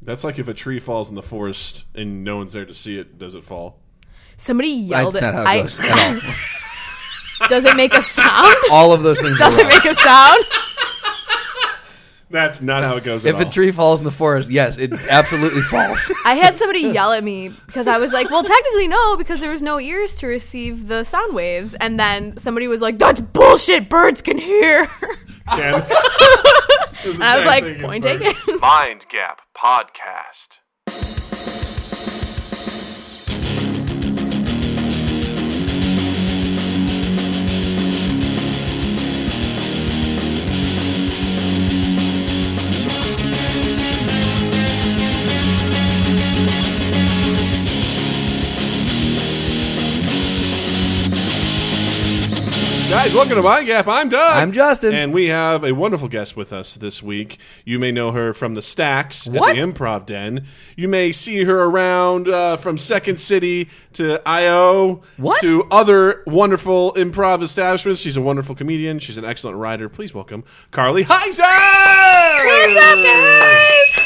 That's like if a tree falls in the forest and no one's there to see it, does it fall? Somebody yelled That's at not how it I- goes at all. Does it make a sound? All of those things. Does are it wrong. make a sound? That's not how it goes. if at a all. tree falls in the forest, yes, it absolutely falls. I had somebody yell at me because I was like, well, technically no, because there was no ears to receive the sound waves. And then somebody was like, that's bullshit. Birds can hear. Ken. And I was like, point taken. Mind Gap Podcast. Guys, welcome to Mind Gap. I'm Doug. I'm Justin. And we have a wonderful guest with us this week. You may know her from the Stacks What? at the Improv Den. You may see her around uh, from Second City to I.O. What? To other wonderful improv establishments. She's a wonderful comedian. She's an excellent writer. Please welcome Carly Heiser! What's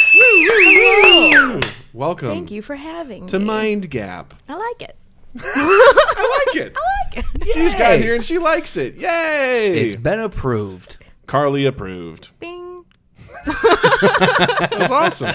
up, guys? Welcome Thank you for having to me. Mind Gap. I like it. I like it. I like it. She's got Yay. here and she likes it. Yay! It's been approved. Carly approved. Bing. That was awesome.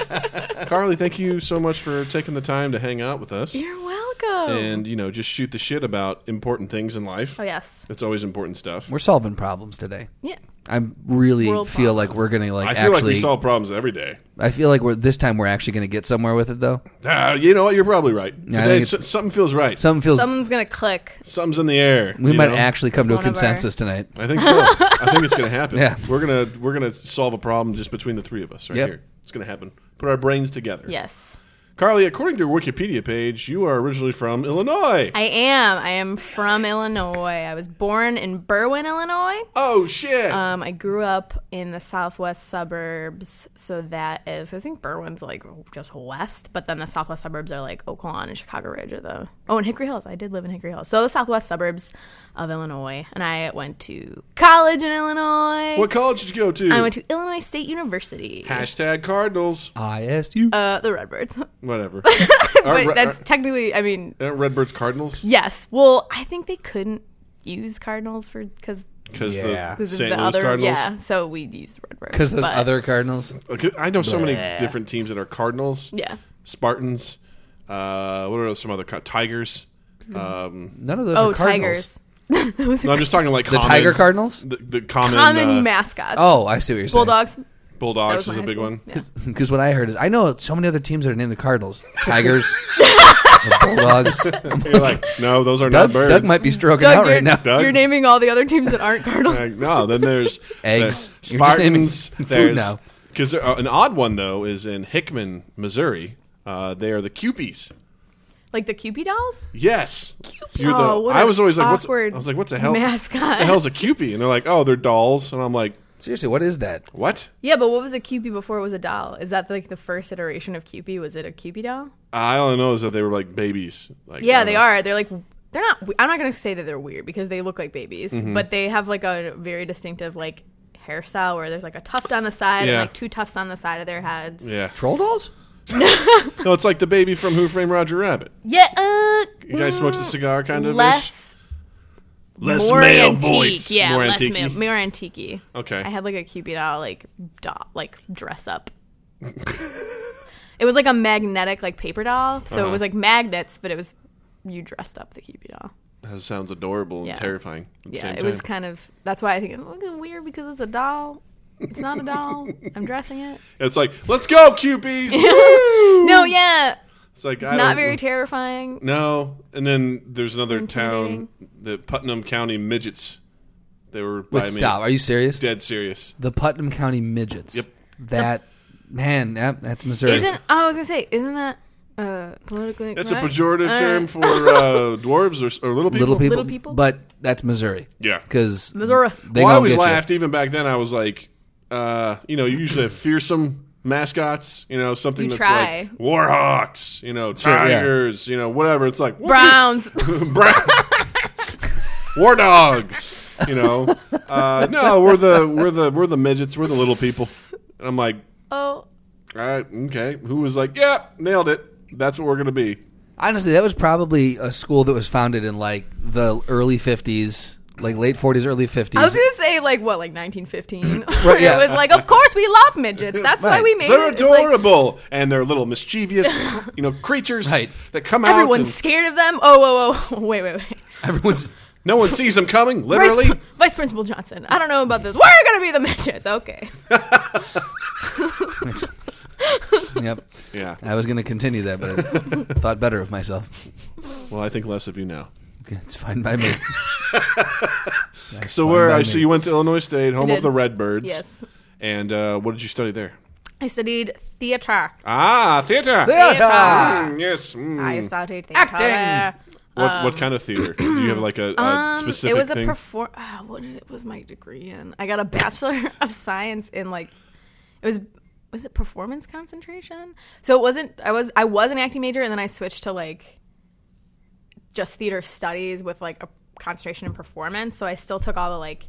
Carly, thank you so much for taking the time to hang out with us You're welcome. and, you know, just shoot the shit about important things in life. oh, yes. It's always important stuff. We're solving problems today. Yeah. I really World feel like problems. we're gonna like I feel like actually. we solve problems every day. I feel like we're this time we're actually gonna get somewhere with it though. Ah, you know what? You're probably right. I Today, think it's- so- something feels right. Something feels Someone's going to click. Something's in the air. we you might know? actually come to a One of our- consensus tonight. I think so. I think it's going to happen. Yeah. We're going to we're going to solve a problem just between the three of us right Yep. here. It's going to happen. Put our brains together. Yes. Carly, according to your Wikipedia page, you are originally from Illinois. I am. I am from Illinois. I was born in Berwyn, Illinois. oh shit. Um, I grew up in the southwest suburbs, so that is I think Berwyn's like just west, but then the southwest suburbs are like Oaklawn and Chicago Ridge are the oh and Hickory Hills. I did live in Hickory Hills, so the southwest suburbs of Illinois, and I went to college in Illinois. what college did you go to? I went to Illinois State University. Hashtag Cardinals. I asked you. Uh, the Redbirds, Whatever. but Are- that's technically I mean are- aren't Redbirds Cardinals yes. Well, I think they couldn't use Cardinals for because. because Yeah. the Because St. of the Louis other, Cardinals. yeah. So we use the Redbirds Because those but- other Cardinals. Okay, I know so many different teams that are Cardinals. yeah. Spartans. Uh, what are some other car- Tigers? Hmm. Um, None of those Oh, are Cardinals. Tigers. Those no, are I'm just talking like The common, Tiger Cardinals? The, the common, common uh, mascots. Oh, I see what you're saying. Bulldogs. That Bulldogs is was my a high big school. one. Yeah. Because what I heard is, I know so many other teams that are named the Cardinals, Tigers, the Bulldogs. You're like, no, those are Doug, not birds. Hmm. Doug might be stroking Doug, out you're, right now. Doug? you're naming all the other teams that aren't Cardinals. Like, no, then there's Eggs. there's You're just naming Spartans. food There's now. because an odd one though is in Hickman, Missouri. Uh, they are the Cupies. like the Cupid dolls? Yes, You're the- Oh, what I an was always like, what's, awkward I was like, what the hell? mascot. What the hell's a Cupie? And they're like, oh, they're dolls. And I'm like, Seriously, what is that? what? Yeah, but what was a Cupid before it was a doll? Is that like the first iteration of Cupid? Was it a Cupid doll? I only know is that they were like babies. Like, I Yeah, don't they know. are. They're like they're not I'm not going to say that they're weird because they look like babies, Mm-hmm. but they have like a very distinctive like hairstyle where there's like a tuft on the side and Yeah. like two tufts on the side of their heads. Yeah, Troll dolls? no, it's like the baby from Who Framed Roger Rabbit. Yeah, uh, You guys smokes a cigar, kind of less less more male antique. voice, Yeah, more less antique. male- more antique. Okay, I had like a Cupid doll, like doll, like dress up. it was like a magnetic, like paper doll. So Uh-huh. it was like magnets, but it was you dressed up the Cupid doll. that sounds adorable and Yeah. terrifying. At the Yeah, same it was time. kind of that's why I think oh, it's weird because it's a doll. It's not a doll. I'm dressing it. It's like, let's go, Cupies. No, yeah, it's like I not don't- very terrifying. No, and then there's another town, Intimidating. the Putnam County Midgets. They were by Wait, me. stop. Are you serious? Dead serious. The Putnam County Midgets. Yep. That, man, that, that's Missouri. Isn't oh, I was gonna say, isn't that uh, politically? That's a correct? pejorative Uh, term for uh, dwarves or, or little people. little people? Little people? But that's Missouri. Yeah. Because Missouri. They well, I gonna always get you. laughed. Even back then, I was like, uh, you know, you usually have fearsome mascots. You know, something You that's try. like warhawks. You know, yeah. tigers. You know, whatever. It's like what? Browns. Brown- war dogs. You know, uh, no, we're the we're the we're the midgets. We're the little people. And I'm like, oh, All right. Okay. Who was like, yeah, nailed it. That's what we're going to be. Honestly, that was probably a school that was founded in like the early 50s, like late 40s, early 50s. I was gonna say like what, like 1915. yeah. it was like, of course we love midgets. That's why Right. we made They're it. It's like, adorable, and they're little mischievous, you know, creatures Right. that come out. everyone's and scared of them. Oh, whoa, whoa, wait, wait, wait. Everyone's no one sees them coming. Vice, Literally, Vice Principal Johnson. I don't know about this. We're gonna be the midgets. Okay. Yep. Yeah. I was going to continue that, but I thought better of myself. Well, I think less of you now. Okay, It's fine by me. That's So fine where by I me. see you went to Illinois State, home of did. the Redbirds. Yes. And uh, what did you study there? I studied theater. Ah, theater. Theater. Mm, yes. mm. I studied theater. Acting. What, what kind of theater? Do you have like a, a specific Um, it was thing? a perform. Uh, what did it, was my degree in? I got a bachelor of science in like it was was it performance concentration? So it wasn't. I was I was an acting major, and then I switched to like just theater studies with like a concentration in performance. So I still took all the like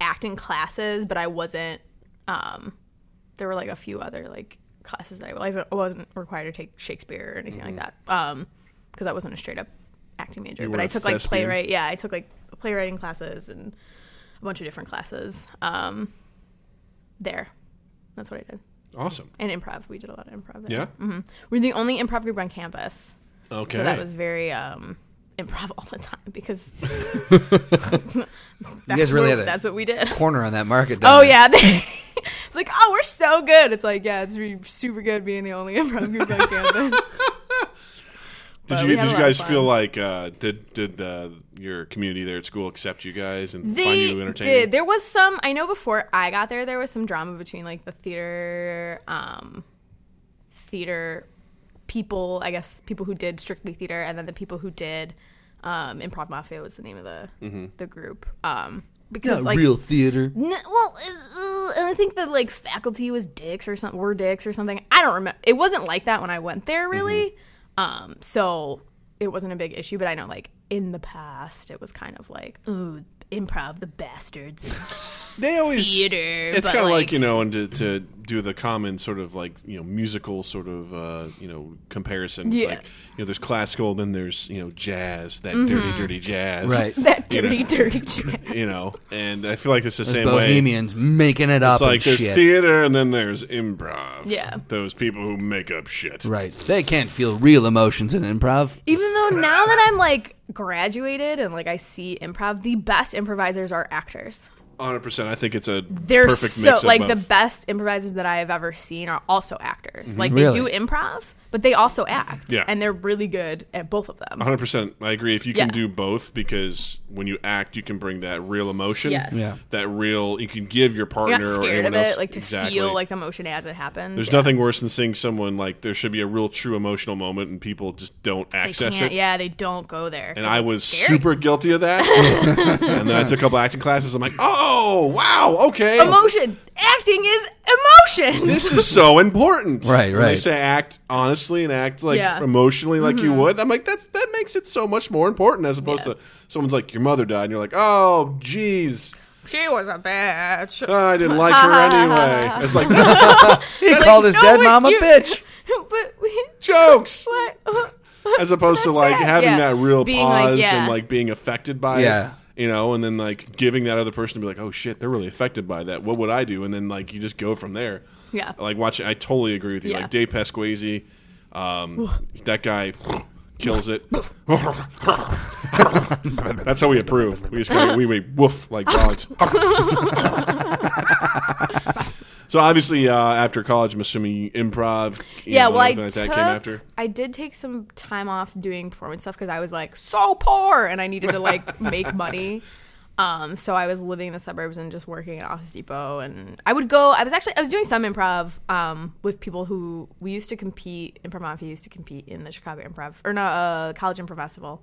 acting classes, but I wasn't. Um, there were like a few other like classes that I wasn't, I wasn't required to take Shakespeare or anything like that. Um, because I wasn't a straight up acting Mm-hmm. major, You but were I a took like thespian. playwright. Yeah, I took like playwriting classes and a bunch of different classes. Um, there, that's what I did. awesome. And improv, we did a lot of improv. there. Yeah. we're the only improv group on campus. Okay. Mm-hmm. So that was very um, improv all the time because You guys really had a that's what we did. corner on that market. down Oh there. yeah, it's like oh we're so good. It's like yeah, it's re- super good being the only improv group on campus. did but you we had did a you lot of guys fun. feel like uh, did did uh, your community there at school accept you guys and find They you entertaining? did. There was some. I know before I got there, there was some drama between like the theater, um, theater people. I guess people who did strictly theater, and then the people who did um, improv mafia was the name of the the group. Um, because Not like real theater. N- well, uh, and I think the like faculty was dicks or something, were dicks or something. I don't remember. It wasn't like that when I went there, Mm-hmm. really. Um, so it wasn't a big issue. But I know, like in the past, it was kind of like, ooh, improv, the bastards. They always theater, It's but, kind of like, like- you know, and to, to do the common sort of like you know musical sort of uh, you know comparisons. Yeah. Like you know, there's classical, then there's you know jazz, that Mm-hmm. dirty, dirty jazz, Right. that You know. dirty, dirty shit. You know, and I feel like it's the Those same way. Bohemians making it It's up like and there's shit. theater, and then there's improv. Yeah. those people who make up shit. Right. They can't feel real emotions in improv. Even though now that I'm like graduated and like I see improv, the best improvisers are actors. Hundred percent. I think it's a they're perfect so mix of like both. Mhm. the best improvisers that I have ever seen are also actors. Like Really? they do improv, but they also act. Yeah. And they're really good at both of them. 100% i agree if you can Yeah. do both because when you act you can bring that real emotion Yes. Yeah. that real you can give your You're partner not or scared anyone of it, else like to exactly. feel like the emotion as it happens. there's yeah. nothing worse than seeing someone like there should be a real true emotional moment and people just don't they access can't, it yeah, they don't go there. and i was Scary. super guilty of that and then i took a couple acting classes i'm like oh wow okay emotion. Acting is emotion. this is so important Right, when they right. say act honestly and act like Yeah. Mm-hmm. emotionally like you would i'm like that's that makes it so much more important as opposed Yeah. to someone's like your mother died and you're like oh jeez she was a bitch. I didn't like her anyway. It's like that's He called his no, dead wait, mom a you- bitch. but we uh, jokes, what as opposed to That's like it. having Yeah. that real Being like, pause yeah. and like being affected by Yeah. it, you know, and then like giving that other person to be like, oh shit, they're really affected by that. What would I do? And then like you just go from there. Yeah. like watching. I totally agree with you. Yeah. Like Dave Pasquazi, um, that guy kills it. That's how we approve. We just go, we wait woof like dogs. so obviously, uh, after college, I'm assuming you improv. you yeah, know, well, I everything like took, that came after. I did take some time off doing performance stuff because I was like so poor and I needed to like make money. Um, so I was living in the suburbs and just working at Office Depot, and I would go. I was actually I was doing some improv um, with people who we used to compete. Improv Mafia used to compete in the Chicago Improv or no uh, College Improv Festival.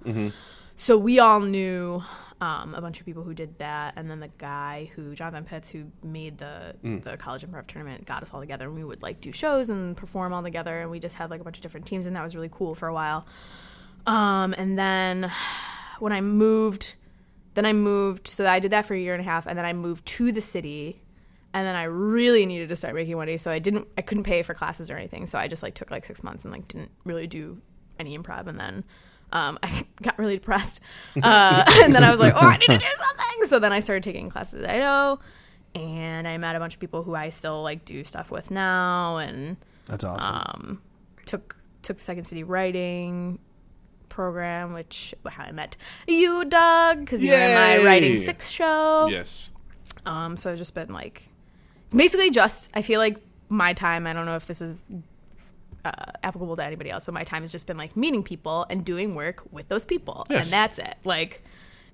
So we all knew um, a bunch of people who did that, and then the guy who Jonathan Pitts, who made the the college improv tournament, got us all together, and we would like do shows and perform all together, and we just had like a bunch of different teams, and that was really cool for a while. Um, and then when I moved, then I moved. So I did that for a year and a half, and then I moved to the city, and then I really needed to start making money, so I didn't. I couldn't pay for classes or anything, so I just like took like six months and like didn't really do any improv, and then um, I got really depressed, uh, and then I was like, oh, I need to do something. So then I started taking classes at Idaho, and I met a bunch of people who I still like do stuff with now, and That's awesome. Ah. took took the Second City writing program, which how I met you, Doug, because you were in my Yay! writing six show. Yes. Um, so I've just been like, it's basically just I feel like my time. I don't know if this is uh, applicable to anybody else, but my time has just been like meeting people and doing work with those people, Yes. and that's it. Like,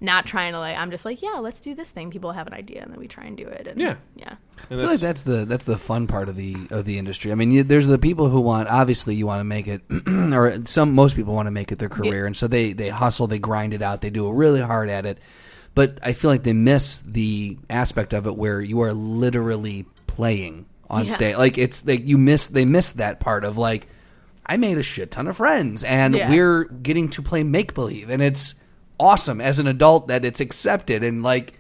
not trying to like. I'm just like, yeah, let's do this thing. People have an idea, and then we try and do it. And Yeah. yeah. And I feel like that's, that's the that's the fun part of the of the industry. I mean, you, there's the people who want obviously you want to make it, or some most people want to make it their career, and so they they hustle, they grind it out, they do really hard at it. But I feel like they miss the aspect of it where you are literally playing on Yeah. stage. Like it's like you miss they miss that part of like I made a shit ton of friends, and Yeah. we're getting to play make believe, and it's awesome as an adult that it's accepted and like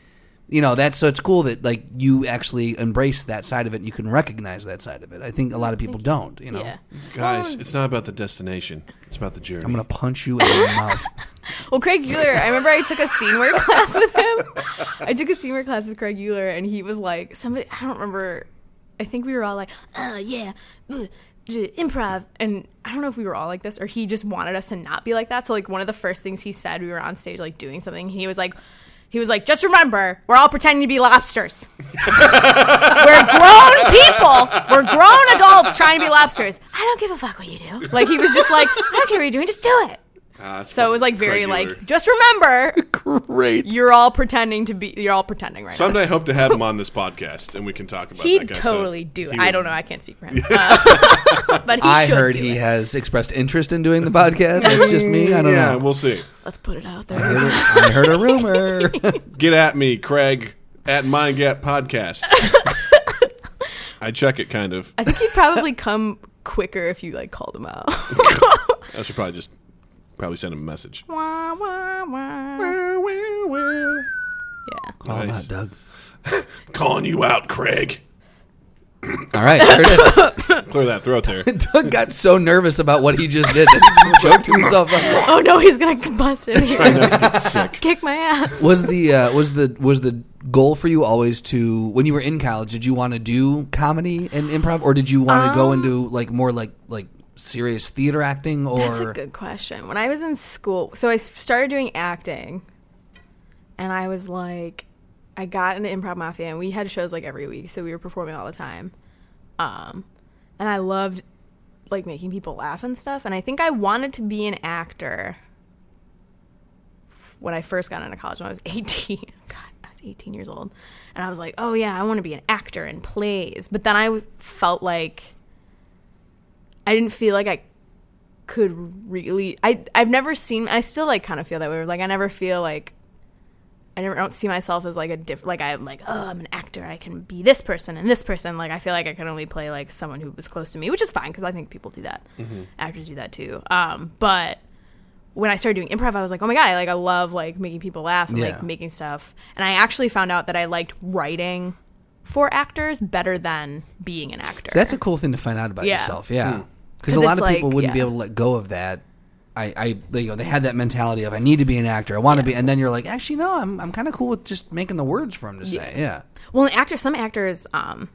you know that's so it's cool that like you actually embrace that side of it and you can recognize that side of it i think a lot of people don't you know Yeah. guys, it's not about the destination. It's about the journey. i'm gonna punch you in the mouth Well, Craig Euler, I remember I took a scene work class with him. I took a scene work class with Craig Euler, and he was like, somebody, I don't remember. I think we were all like, uh, yeah, uh, j- improv. And I don't know if we were all like this, or he just wanted us to not be like that. So, like, one of the first things he said, we were on stage, like, doing something. He was like, he was like, just remember, we're all pretending to be lobsters. We're grown people. We're grown adults trying to be lobsters. I don't give a fuck what you do. Like, he was just like, I don't care what you're doing, just do it. Ah, that's So it was like fucking very Craig Euler. like just remember great you're all pretending to be you're all pretending right Someday I hope to have him on this podcast and we can talk now. about that He'd kind of totally stuff. do it. He I would. don't know. I can't speak for him. Uh, but he i should heard do he it. has expressed interest in doing the podcast it's just me i don't yeah, know we'll see. Let's put it out I there. heard a- I heard a rumor. Oh, Get at me, Craig, at Mind Gap Podcast. I check it kind of. I think he'd probably come quicker if you like called him out. I should probably just probably send him a message. Wah, wah, wah. Yeah. Call him Nice. out, Doug. Calling you out, Craig. All right, there it Clear that throat there. is. Doug got so nervous about what he just did that he just choked himself up. Oh no, he's gonna combust in here. Sick. Kick my ass. Was the uh, was the was the goal for you always to when you were in college? Did you want to do comedy and improv, or did you want to Um, go into like more like like serious theater acting? Or That's a good question. When I was in school, so I s- started doing acting, and I was like, I got into Improv Mafia, and we had shows like every week, so we were performing all the time. Um, and I loved like making people laugh and stuff. And I think I wanted to be an actor when I first got into college when I was 18. God, I was 18 years old. And I was like, oh yeah, I want to be an actor in plays. But then I w- felt like I didn't feel like I could really I I've never seen I still like kind of feel that way. Like I never feel like I never I don't see myself as like a diff like I'm like, oh I'm an actor, I can be this person and this person. Like I feel like I can only play like someone who was close to me, which is fine because I think people do that. Mm-hmm. Actors do that too. Um but when I started doing improv, I was like, oh my god, I like I love like making people laugh and Yeah. like making stuff. And I actually found out that I liked writing for actors better than being an actor. So that's a cool thing to find out about Yeah. yourself, yeah. Because 'Cause a lot it's of people like- wouldn't be yeah. able to let go of that. I, I, they, you know, they had that mentality of I need to be an actor, I want to be, and then you're like, actually, no, I'm, I'm kind of cool with just making the words for him to say, yeah. Well, an actor, some actors um,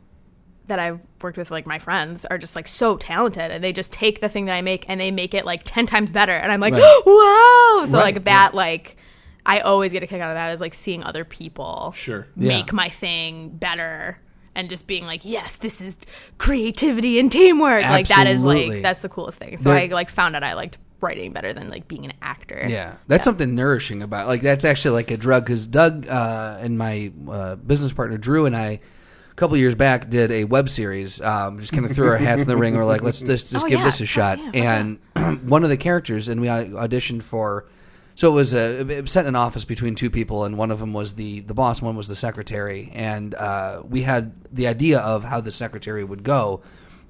that I've worked with, like my friends, are just like so talented, and they just take the thing that I make and they make it like ten times better, and I'm like, Right. wow! So Right, like that, like I always get a kick out of that is like seeing other people Sure. make my thing better. And just being like, yes, this is creativity and teamwork. Like that is Absolutely. like that's the coolest thing. So There- I like found out I liked writing better than like being an actor. Yeah, that's something nourishing about. Like that's actually like a drug because Doug uh, and my uh, business partner Drew and I. A couple years back, did a web series. Um, just kind of threw our hats in the ring. We're like, let's just, just Oh, give yeah. this Oh, a shot. yeah. and one of the characters, and we au- auditioned for. So it was a it was set in an office between two people, and one of them was the the boss, one was the secretary, and uh, we had the idea of how the secretary would go.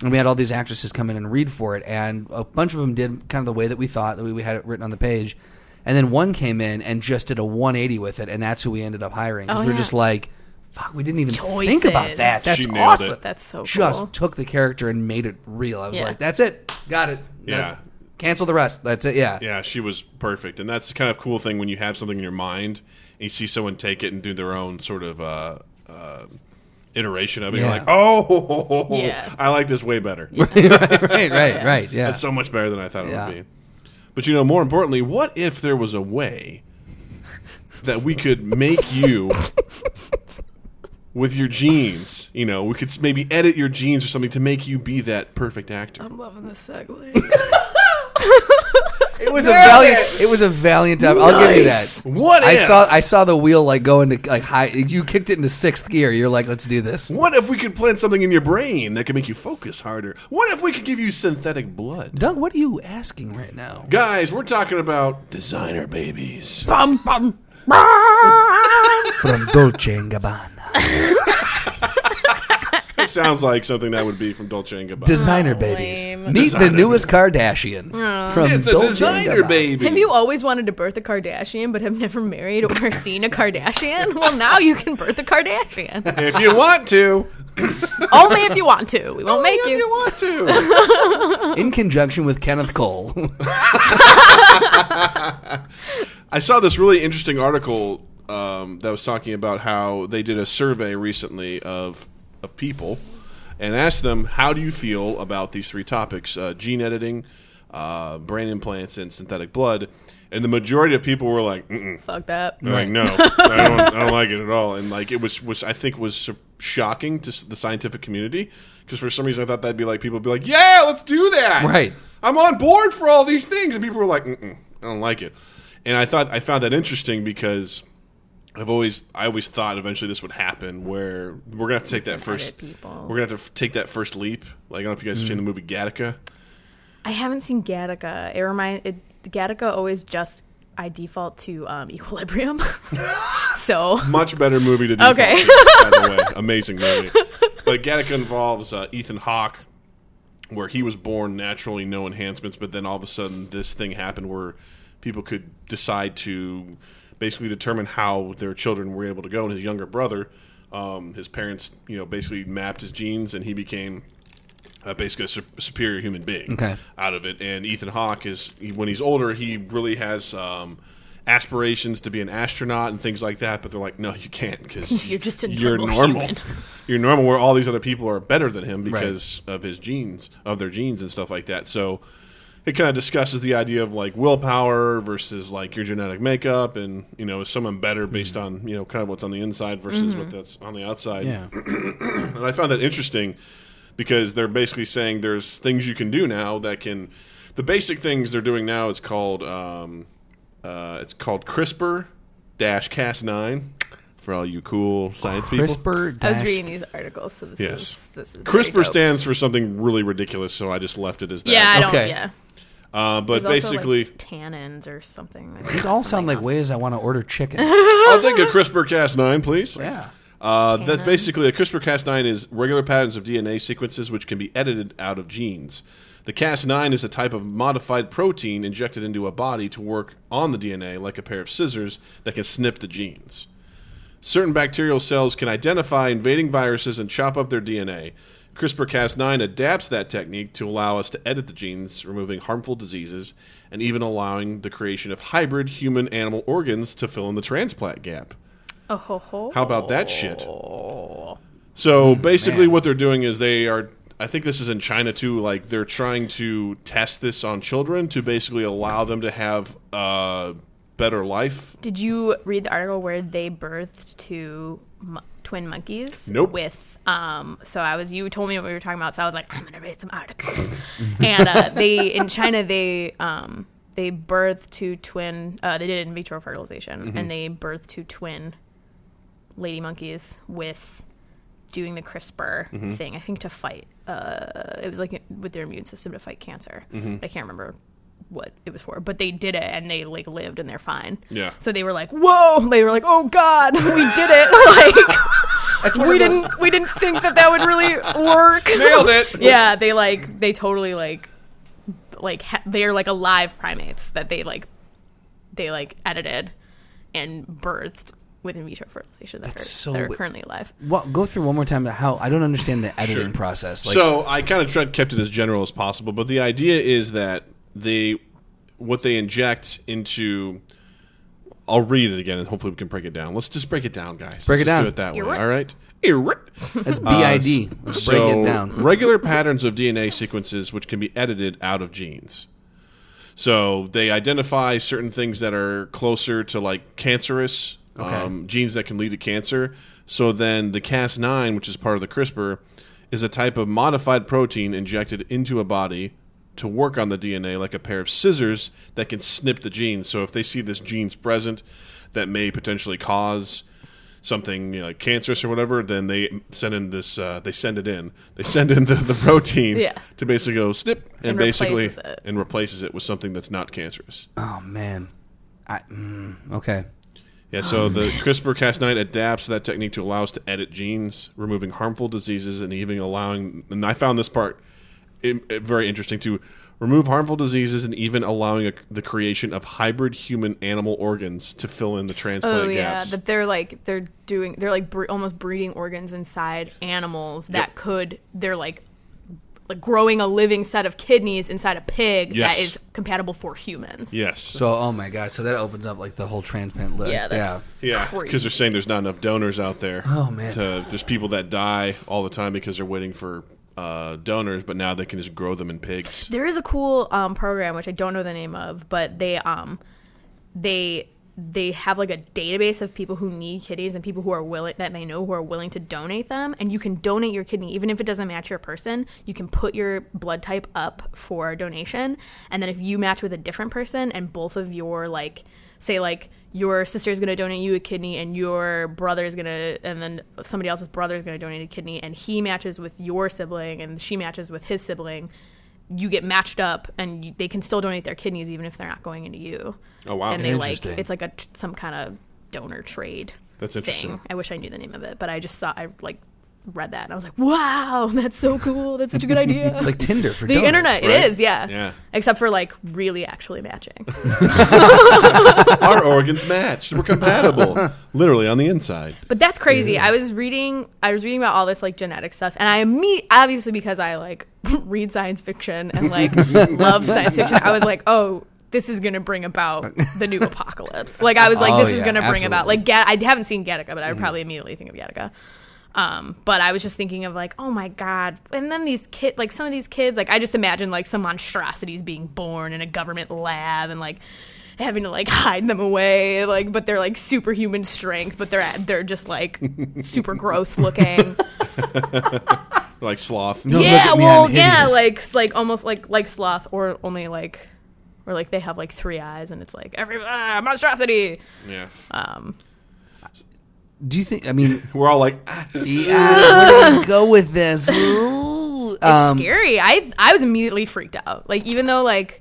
And we had all these actresses come in and read for it, and a bunch of them did kind of the way that we thought that we we had it written on the page, and then one came in and just did a 180 with it, and that's who we ended up hiring. 'Cause Oh, we were yeah. just like, fuck, we didn't even think Choices. about that. That's She nailed it. awesome. That's so Just cool. took the character and made it real. I was Yeah. like, that's it. Got it. Yeah. That- cancel the rest. That's it. Yeah. Yeah, she was perfect, and that's the kind of cool thing when you have something in your mind and you see someone take it and do their own sort of uh, uh, iteration of it. Yeah. You're like, oh, Yeah. I like this way better. right. Right. Right. Yeah. That's so much better than I thought it Yeah. would be. But you know, more importantly, what if there was a way that we could make you with your genes? You know, we could s- maybe edit your genes or something to make you be that perfect actor. I'm loving this segue. It was a valiant. It was a valiant time. I'll give you that. Nice. What I if? saw I saw the wheel like go into like high. You kicked it into sixth gear. You're like, let's do this. What if we could plant something in your brain that could make you focus harder? What if we could give you synthetic blood? Doug, what are you asking right now? Guys, we're talking about designer babies. bum, bum. From Dolce and Gabbana, It sounds like something that would be from Dolce and Gabbana. designer Oh, babies. lame. Meet Designer the newest Kardashian. From it's a Dolce designer and Gabbana. baby. Have you always wanted to birth a Kardashian but have never married or seen a Kardashian? Well, now you can birth a Kardashian. if you want to, Only if you want to. We won't make if you. you want to. in conjunction with Kenneth Cole. I saw this really interesting article um, that was talking about how they did a survey recently of of people and asked them how do you feel about these three topics: uh, gene editing, uh, brain implants, and synthetic blood. And the majority of people were like, Mm-mm. Fuck that. like no, I don't, I don't like it at all. And like it was, was I think was su- shocking to s- the scientific community because for some reason I thought that'd be like people would be like, yeah, let's do that. Right. I'm on board for all these things, and people were like, Mm-mm, I don't like it. And I thought I found that interesting because I've always I always thought eventually this would happen where we're gonna have to take that first people. we're gonna have to f- take that first leap. Like I don't know if you guys have seen the movie Gattaca. I haven't seen Gattaca. It remind it, Gattaca always just I default to um, Equilibrium. so Much better movie to do. Okay. by the way, amazing movie. But Gattaca involves uh, Ethan Hawke, where he was born naturally, no enhancements, but then all of a sudden this thing happened where people could decide to basically determine how their children were able to go. And his younger brother, um, his parents, you know, basically mapped his genes, and he became uh, basically a su- superior human being Okay. out of it. And Ethan Hawke is he- when he's older, he really has um, aspirations to be an astronaut and things like that. But they're like, no, you can't because You're just a you're normal normal. human. You're normal where all these other people are better than him because of his genes, of their genes and stuff like that. So it kind of discusses the idea of like willpower versus like your genetic makeup and you know is someone better based Mm. on you know kind of what's on the inside versus Mm-hmm. what that's on the outside yeah. and I found that interesting because they're basically saying there's things you can do now that can. The basic things they're doing now is called um, uh, it's called CRISPR dash Cas9 for all you cool science people. CRISPR. I was dash- reading these articles. So this Yes. is this is very CRISPR dope. stands for something really ridiculous, so I just left it as that. Yeah, I don't. Okay. Yeah, uh, but There's also, like, basically, tannins or something. Like These all sound like ways I want to order chicken. I'll take a CRISPR Cas9, please. Yeah. Uh, that's basically a CRISPR Cas9 is regular patterns of DNA sequences which can be edited out of genes. The Cas9 is a type of modified protein injected into a body to work on the DNA like a pair of scissors that can snip the genes. Certain bacterial cells can identify invading viruses and chop up their DNA. CRISPR Cas9 adapts that technique to allow us to edit the genes, removing harmful diseases, and even allowing the creation of hybrid human animal organs to fill in the transplant gap. Oh ho ho. How about that shit? So basically, Oh, man. what they're doing is they are. I think this is in China too. Like they're trying to test this on children to basically allow them to have a better life. Did you read the article where they birthed two mo- twin monkeys? Nope. With um, so I was you told me what we were talking about, so I was like, I'm gonna read some articles. and uh, they in China they um they birthed two twin. Uh, they did in vitro fertilization, and they birthed two twin lady monkeys with doing the CRISPR thing. I think to fight. Uh, it was like with their immune system to fight cancer. I can't remember what it was for, but they did it and they like lived and they're fine. Yeah. So they were like, "Whoa!" They were like, "Oh God, we did it!" Like That's one we of those- didn't we didn't think that that would really work. Nailed it. yeah, they like they totally like like ha- they're like alive primates that they like they like edited and birthed with in vitro fertilization that, are, That's so that are wi- currently alive. Well, go through one more time how I don't understand the editing Sure. process. Like, so I kind of tried kept it as general as possible, but the idea is that they what they inject into. I'll read it again, and hopefully we can break it down. Let's just break it down, guys. Break it Let's just down. Do it that way. You're right. All right. You're right. that's BID. Let's break uh, So, it down. regular patterns of DNA sequences which can be edited out of genes. So they identify certain things that are closer to like cancerous um, genes that can lead to cancer. So then the Cas9, which is part of the CRISPR, is a type of modified protein injected into a body to work on the DNA like a pair of scissors that can snip the gene. So if they see this gene's present that may potentially cause something you know, like cancerous or whatever, then they send in this. Uh, they send it in. They send in the, the protein Yeah. to basically go snip and, And basically replaces it. and replaces it with something that's not cancerous. oh man, I, mm, okay. Yeah. So the CRISPR-Cas9 adapts that technique to allow us to edit genes, removing harmful diseases, and even allowing. And I found this part im- eh, very interesting to remove harmful diseases and even allowing a, the creation of hybrid human animal organs to fill in the transplant Oh yeah, gaps. that they're like they're doing they're like bre- almost breeding organs inside animals that Yep. could they're like like growing a living set of kidneys inside a pig Yes. that is compatible for humans. yes. So, oh my god, so that opens up like the whole transplant list. Yeah, that's Yeah, because crazy. they're saying there's not enough donors out there. Oh, man. to- there's people that die all the time because they're waiting for uh, donors, but now they can just grow them in pigs. There is a cool um, program which I don't know the name of, but they um they they have like a database of people who need kidneys and people who are willing that they know who are willing to donate them and you can donate your kidney even if it doesn't match your person you can put your blood type up for donation and then if you match with a different person and both of your like say like your sister is going to donate you a kidney and your brother is going to and then somebody else's brother is going to donate a kidney and he matches with your sibling and she matches with his sibling you get matched up and you, they can still donate their kidneys even if they're not going into you Oh wow, and they like Interesting. it's like a tr- some kind of donor trade that's interesting. thing. I wish I knew the name of it, but I just saw I like read that and I was like, wow, that's so cool. That's such a good idea. like Tinder for the donors, internet, right? it is, yeah. Yeah. Except for like really actually matching. Our organs matched. We're compatible, literally on the inside. But that's crazy. I was reading I was reading about all this like genetic stuff and I imme- obviously because I like read science fiction and like love science fiction, I was like, "Oh, this is going to bring about the new apocalypse." Like I was like Oh, this is yeah, going to bring about absolutely. Mm-hmm. like Ga- I haven't seen Gattaca, but I would probably immediately think of Gattaca. Um, but I was just thinking of like, "Oh my god." And then these kid like some of these kids, like I just imagine like some monstrosities being born in a government lab and like having to like hide them away like but they're like superhuman strength but they're they're just like super gross looking Like sloth. Don't look yeah at me, well I'm yeah hideous. like s- like almost like like sloth or only like or like they have like three eyes and it's like every ah, monstrosity Um, Yeah, Do you think? I mean, we're all like, ah. yeah, where do we go with this? Ooh. Um, scary i i was immediately freaked out like even though like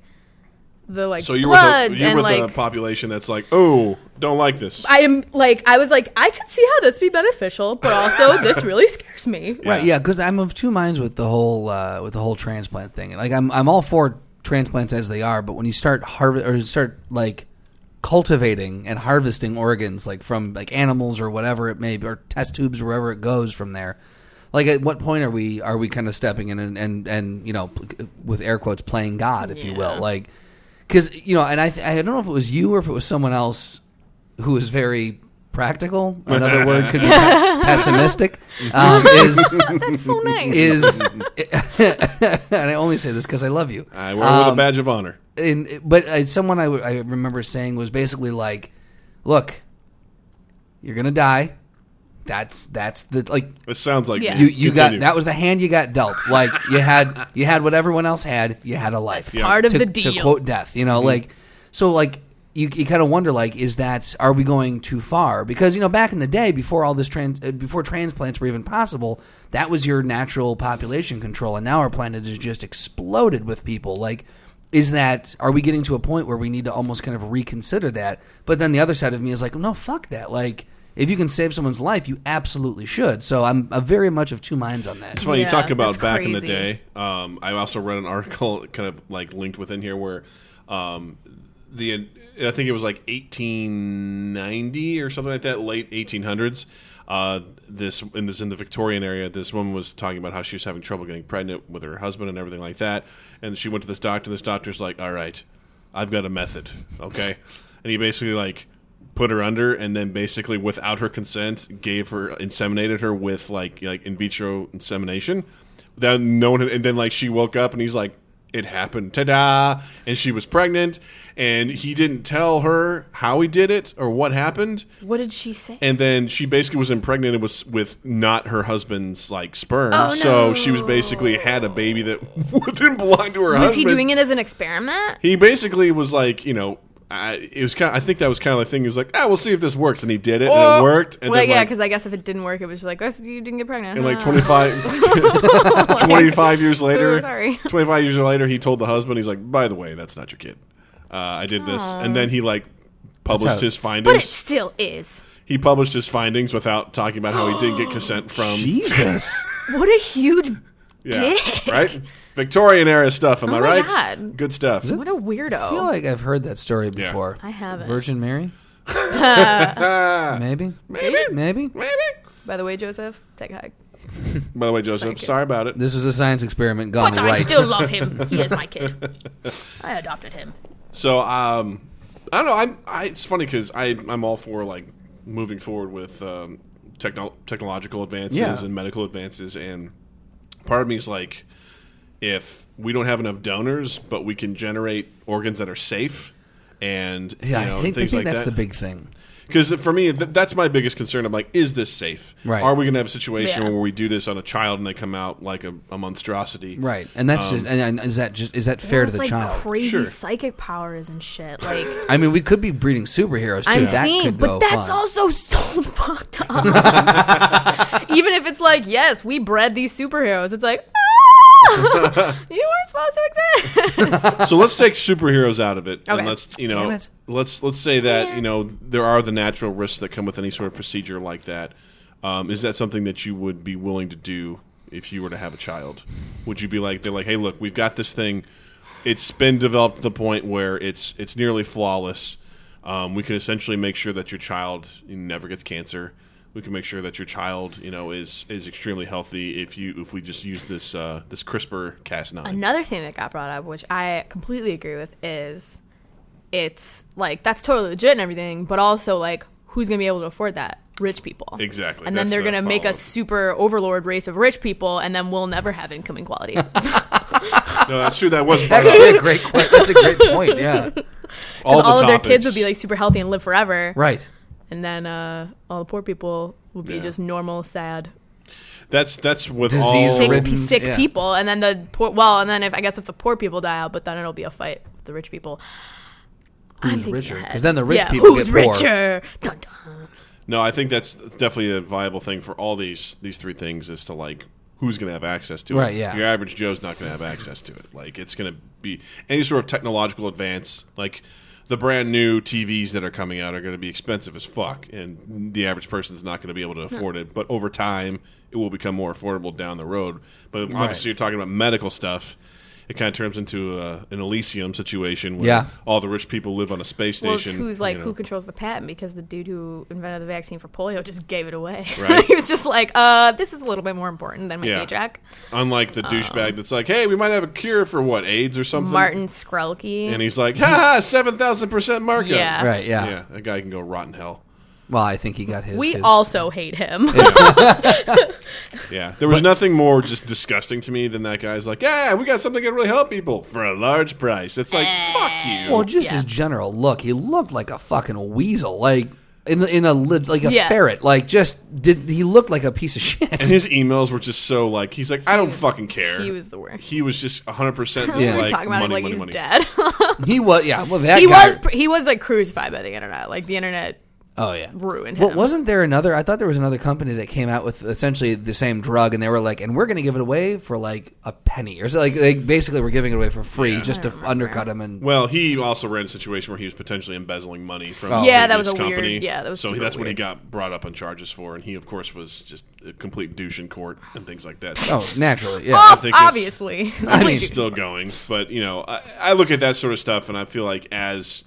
the like so you're bloods with, a, you're and with like a population that's like, oh, don't like this. I am like I was like I could see how this would be beneficial, but also this really scares me. Right, yeah, because I'm of two minds with the whole uh, with the whole transplant thing. Like, I'm I'm all for transplants as they are, but when you start harvest or start like cultivating and harvesting organs, like from like animals or whatever it may be, or test tubes, wherever it goes from there. Like, at what point are we are we kind of stepping in and and, and you know, pl- with air quotes, playing God, if you will, Yeah. like because you know, and I th- I don't know if it was you or if it was someone else who was very practical. Another word could be pe- pessimistic. Um, is That's so nice. is and I only say this because I love you. Um, I wear it Um, with a badge of honor. And but uh, someone I, w- I remember saying was basically like, "Look, you're gonna die. That's that's the like It sounds like Yeah. me. you you Continue. got that was the hand you got dealt. Like you had you had what everyone else had. You had a life. Yeah. Part of to, the to deal. quote death. You know, like so like. You, you kind of wonder like is that are we going too far because you know back in the day before all this trans uh, before transplants were even possible that was your natural population control and now our planet is just exploded with people like is that are we getting to a point where we need to almost kind of reconsider that but then the other side of me is like no fuck that like if you can save someone's life you absolutely should so I'm uh, very much of two minds on that It's funny you Yeah, talk about that's back in the crazy. day. Um, I also read an article kind of like linked within here where um, the I think it was like 1890 or something like that, late 1800s. Uh, this in this in the Victorian area, this woman was talking about how she was having trouble getting pregnant with her husband and everything like that. And she went to this doctor. This doctor's like, "All right, I've got a method, okay?" And he basically like put her under and then basically without her consent gave her inseminated her with like like in vitro insemination that no one had, and then like she woke up and he's like it happened ta-da and she was pregnant and he didn't tell her how he did it or what happened What did she say? and then she basically was impregnated with with not her husband's like sperm Oh, so no. she was basically had a baby that didn't belong to her husband Was he doing it as an experiment? he basically was like, you know, I, it was kind. Of, I think that was kind of the thing. He was like, ah, we'll see if this works, and he did it, and it worked. And Oh. well, then, yeah, like, because I guess if it didn't work, it was just like, oh, so you didn't get pregnant. and like huh? 25, 25 years later, sorry. twenty five years later, he told the husband, he's like, by the way, that's not your kid. Uh, I did this, and then he like published how- his But it findings. still is. He published his findings without talking about how he didn't get consent from Jesus. What a huge yeah, dick. Oh right Victorian era stuff. Am I my right? God. Good stuff. What a weirdo. I feel Oh. like I've heard that story before. I haven't. Virgin Mary? Maybe. Maybe, Maybe. maybe. By the way, Joseph, take a hug. By the way, Joseph, Thank you. sorry about it. This was a science experiment gone But I right. still love him. He is my kid. I adopted him. So um, I don't know. I'm. I, it's funny because I I'm all for like moving forward with um, techno- technological advances Yeah. and medical advances, and part of me is like, if we don't have enough donors, but we can generate organs that are safe. And yeah, you know, I think, things I think like that. that's the big thing. Because for me, th- that's my biggest concern. I'm like, is this safe? Right. Are we going to have a situation Yeah. where we do this on a child and they come out like a, a monstrosity? Right. And Um, that's just, and, and is that just is that fair to It's the like child? crazy Sure. psychic powers and shit. Like I mean, we could be breeding superheroes too. I'm that seeing, could but go that's fun. also so fucked up. Even if it's like, yes, we bred these superheroes, it's like, ah, you weren't supposed to exist. so let's take superheroes out of it, and Okay. let's you Damn know, it. let's let's say that Yeah. you know there are the natural risks that come with any sort of procedure like that. Um, is that something that you would be willing to do if you were to have a child? Would you be like they're like, hey, look, we've got this thing. It's been developed to the point where it's it's nearly flawless. Um, we can essentially make sure that your child never gets cancer. We can make sure that your child, you know, is is extremely healthy if you if we just use this uh, this CRISPR Cas9. Another thing that got brought up, which I completely agree with, is it's like that's totally legit and everything, but also like who's gonna be able to afford that? Rich people. Exactly. And then That's they're the gonna make a follow-up. super overlord race of rich people, and then we'll never have income inequality. No, that's true. That was brought up. Actually, a great. que- That's a great point. Yeah, all, all the of their topics. kids would be like super healthy and live forever. right. and then uh, all the poor people will be Yeah. just normal, sad, that's that's with Disease all sick, Ridden, sick yeah. people. And then the poor, well, and then if I guess if the poor people die out, but then it'll be a fight with the rich people. I'm Who's thinking richer? ahead. Because then the rich yeah, people who's get poor. richer? Dun, dun. no i think that's definitely a viable thing for all these these three things is to like who's going to have access to Right, it yeah. your average joe's not going to have access to it like it's going to be any sort of technological advance like the brand new TVs that are coming out are going to be expensive as fuck, and the average person's not going to be able to afford it. But over time, it will become more affordable down the road. But obviously, you're talking about medical stuff. It kind of turns into a, an Elysium situation where Yeah. all the rich people live on a space Well, it's station. who's like you know. who controls the patent because the dude who invented the vaccine for polio just gave it away. Right. he was just like, uh, this is a little bit more important than my Yeah. paycheck. Unlike the douchebag that's like, hey, we might have a cure for what, AIDS or something? Um, Martin Skrelke. And he's like, ha ha, 7,000% markup. Yeah. Right. Yeah. Yeah. that guy can go rot in hell. Well, I think he got his. we 'cause- also hate him. Yeah. There was nothing more just disgusting to me than that guy's like, yeah, we got something that really help people for a large price. It's like, Eh. fuck you. Well, just Yeah. his general look, he looked like a fucking weasel, like in in a li- like a Yeah. ferret, like just did he looked like a piece of and shit. his emails were just so like, he's like, I don't fucking care. he was the worst. He was just 100% just we like, talking about money, him like money, he's money. dead. he was yeah. Well, that he guy- was pr- he was like crucified by the internet. Like the internet Oh yeah. ruined him. Well, wasn't there another? I thought there was another company that came out with essentially the same drug, and they were like, "And we're going to give it away for like a penny," or so like they basically were giving it away for free just to undercut him. And Well, he also ran a situation where he was potentially embezzling money from Oh. a Yeah, that previous was a weird- company. yeah, that was so super that's what he weird. got brought up on charges for, and he of course was just a complete douche in court and things like that. oh, naturally, yeah. Ob- think it's- I obviously. mean, Completely. still going, but you know, I, I look at that sort of stuff and I feel like as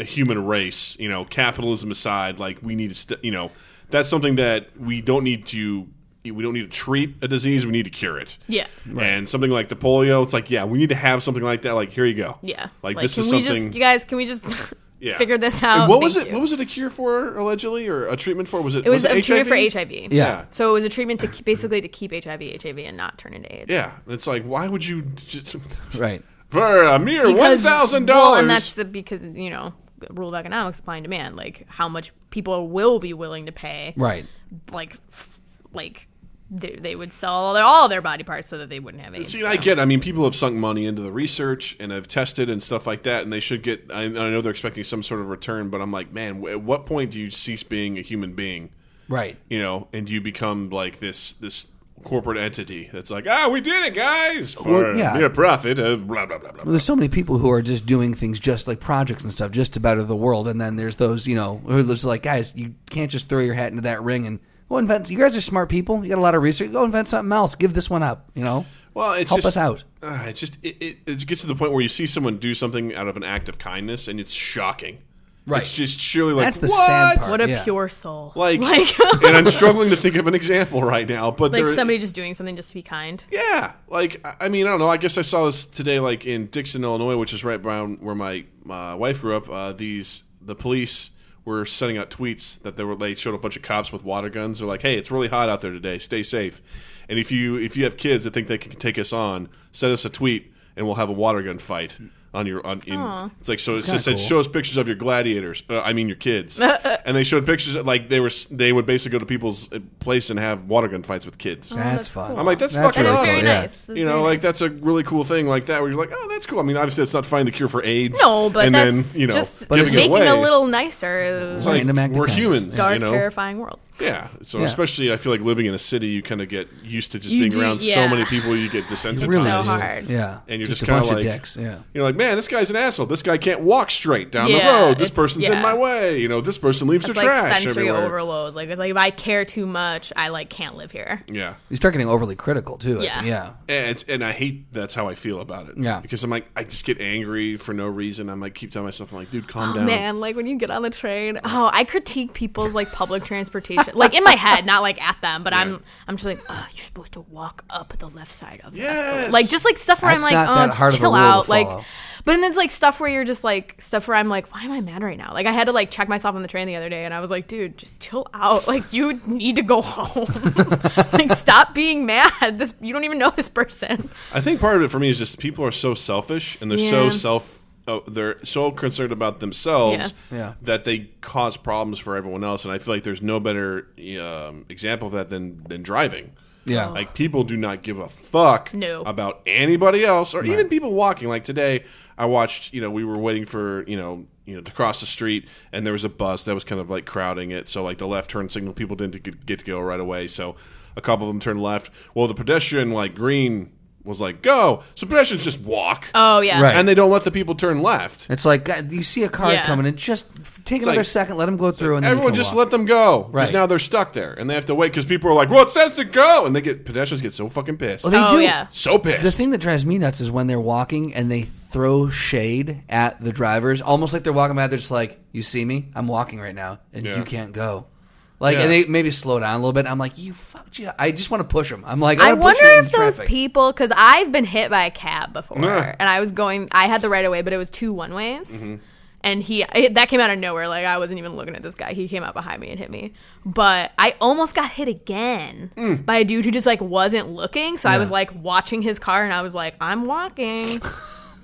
a human race, you know, capitalism aside, like we need to, st- you know, that's something that we don't need to. We don't need to treat a disease. We need to cure it. Yeah. And something like the polio, it's like, yeah, we need to have something like that. Like, here you go. Yeah. Like, this can is we something. Just, you guys, can we just Yeah. figure this And out? what was Oh, Thank it? you. What was it a cure for allegedly, or a treatment for? Was it? It was, a it treatment for HIV? HIV. Yeah. So it was a treatment to keep, basically to keep HIV, HIV, and not turn into AIDS. Yeah. It's like, why would you? Just, Right. For a mere one Because- thousand well, dollars. and that's the because you know rule of economics, supply and demand. Like how much people will be willing to pay. Right. Like, f- like they, they would sell all their, all their body parts so that they wouldn't have AIDS. See, I get. I mean, people have sunk money into the research and have tested and stuff like that, and they should get. I, I know they're expecting some sort of return, but I'm like, man, w- at what point do you cease being a human being? Right. You know, and you become like this this corporate entity that's like, ah, we did it, guys, for Well, yeah. a mere profit of blah blah blah blah. Well, there's so many people who are just doing things just like projects and stuff just to better the world, and then there's those you know who are just like guys, you can't just throw your hat into that ring and go invent. You guys are smart people. You got a lot of research. Go invent something else. Give this one up. You know. Well, it's help just, us out. Uh, it's just it, it, it gets to the point where you see someone do something out of an act of kindness, and it's shocking. Right. It's just surely like That's the what? sad part. What a Yeah. pure soul. Like, like, and I'm struggling to think of an example right now, but like there, somebody just doing something just to be kind. Yeah, like I I mean, I don't know. I guess I saw this today, like in Dixon, Illinois, which is right around where my my wife grew up. Uh, these the police were sending out tweets that they were they showed a bunch of cops with water guns. They're like, "Hey, it's really hot out there today. Stay safe. And if you if you have kids that think they can take us on, send us a tweet, and we'll have a water gun fight." On your on in, it's like so it just said cool. show us pictures of your gladiators. Uh, I mean your kids, and they showed pictures of, like they were s- they would basically go to people's uh, place and have water gun fights with kids. that's, Oh, that's fun. cool. I'm like, that's, fucking really awesome. cool. Very nice. That's you know, very like nice. that's a really cool thing like that where you're like, oh, that's cool. I mean, obviously, it's not finding the cure for AIDS. No, but and that's then, you know, just But it's giving making it a away. little nicer. It's like, Random act of we're kindness. humans, dark, you know. terrifying world. Yeah. So Yeah. especially, I feel like living in a city, you kind of get used to just You being do- around so yeah. many people, you get desensitized. Really So just- hard. Yeah. And you're just, a kind of bunch like, of dicks. Yeah. you're like, man, this guy's an asshole. This guy can't walk straight down Yeah, the road. This it's- person's in yeah. my way. You know, this person leaves It's their like trash sensory everywhere. overload. Like it's like if I care too much, I like can't live here. Yeah. You start getting overly critical too. I Yeah. think. Yeah. And, it's, and I hate that's how I feel about it. Yeah. Because I'm like, I just get angry for no reason. I'm like, keep telling myself, I'm like, dude, calm Oh down. man, like when you get on the train, oh, I critique people's like public transportation, like in my head, not like at them, but I'm I'm just like, oh, you're supposed to walk up the left side of the Yes. escalator, like just like stuff where That's I'm not like, that oh, hard just of a chill rule to out, like. follow. But then it's like stuff where you're just like stuff where I'm like, why am I mad right now? Like I had to like check myself on the train the other day, and I was like, dude, just chill out. Like you need to go home. like stop being mad. This you don't even know this person. I think part of it for me is just people are so selfish and they're so Yeah. self oh, they're so concerned about themselves Yeah. Yeah. that they cause problems for everyone else and I feel like there's no better um, example of that than than driving. Oh. Yeah. Like people do not give a fuck No. about anybody else or even people walking. Like today I watched, you know, we were waiting for, you know, you know, to cross the street and there was a bus that was kind of like crowding it. So like the left turn signal people didn't get- get to go right away. So a couple of them turned left. Well, the pedestrian like green was like go. So pedestrians just walk. Oh yeah, Right. and they don't let the people turn left. It's like God, you see a car Yeah. coming in, just take another like- second, let them go through, and then you Everyone can just walk. let them go because Right. now they're stuck there and they have to wait because people are like, "Well, it says to go," and they get pedestrians get so fucking pissed, Well, they Oh, do. yeah. so pissed. The thing that drives me nuts is when they're walking and they throw shade at the drivers, almost like they're walking by. They're just like, "You see me? I'm walking right now, and Yeah. you can't go." Like, Yeah. and they maybe slow down a little bit. I'm like, "You fucked you!" I just want to push them. I'm like, I wanna push wonder you in if those traffic. people, because I've been hit by a cab before, Yeah. and I was going, I had the right of way, but it was two one ways, Mm-hmm. and he it, that came out of nowhere. Like I wasn't even looking at this guy; he came out behind me and hit me. But I almost got hit again Mm. by a dude who just like wasn't looking. So I was like watching his car, and I was like, I'm walking.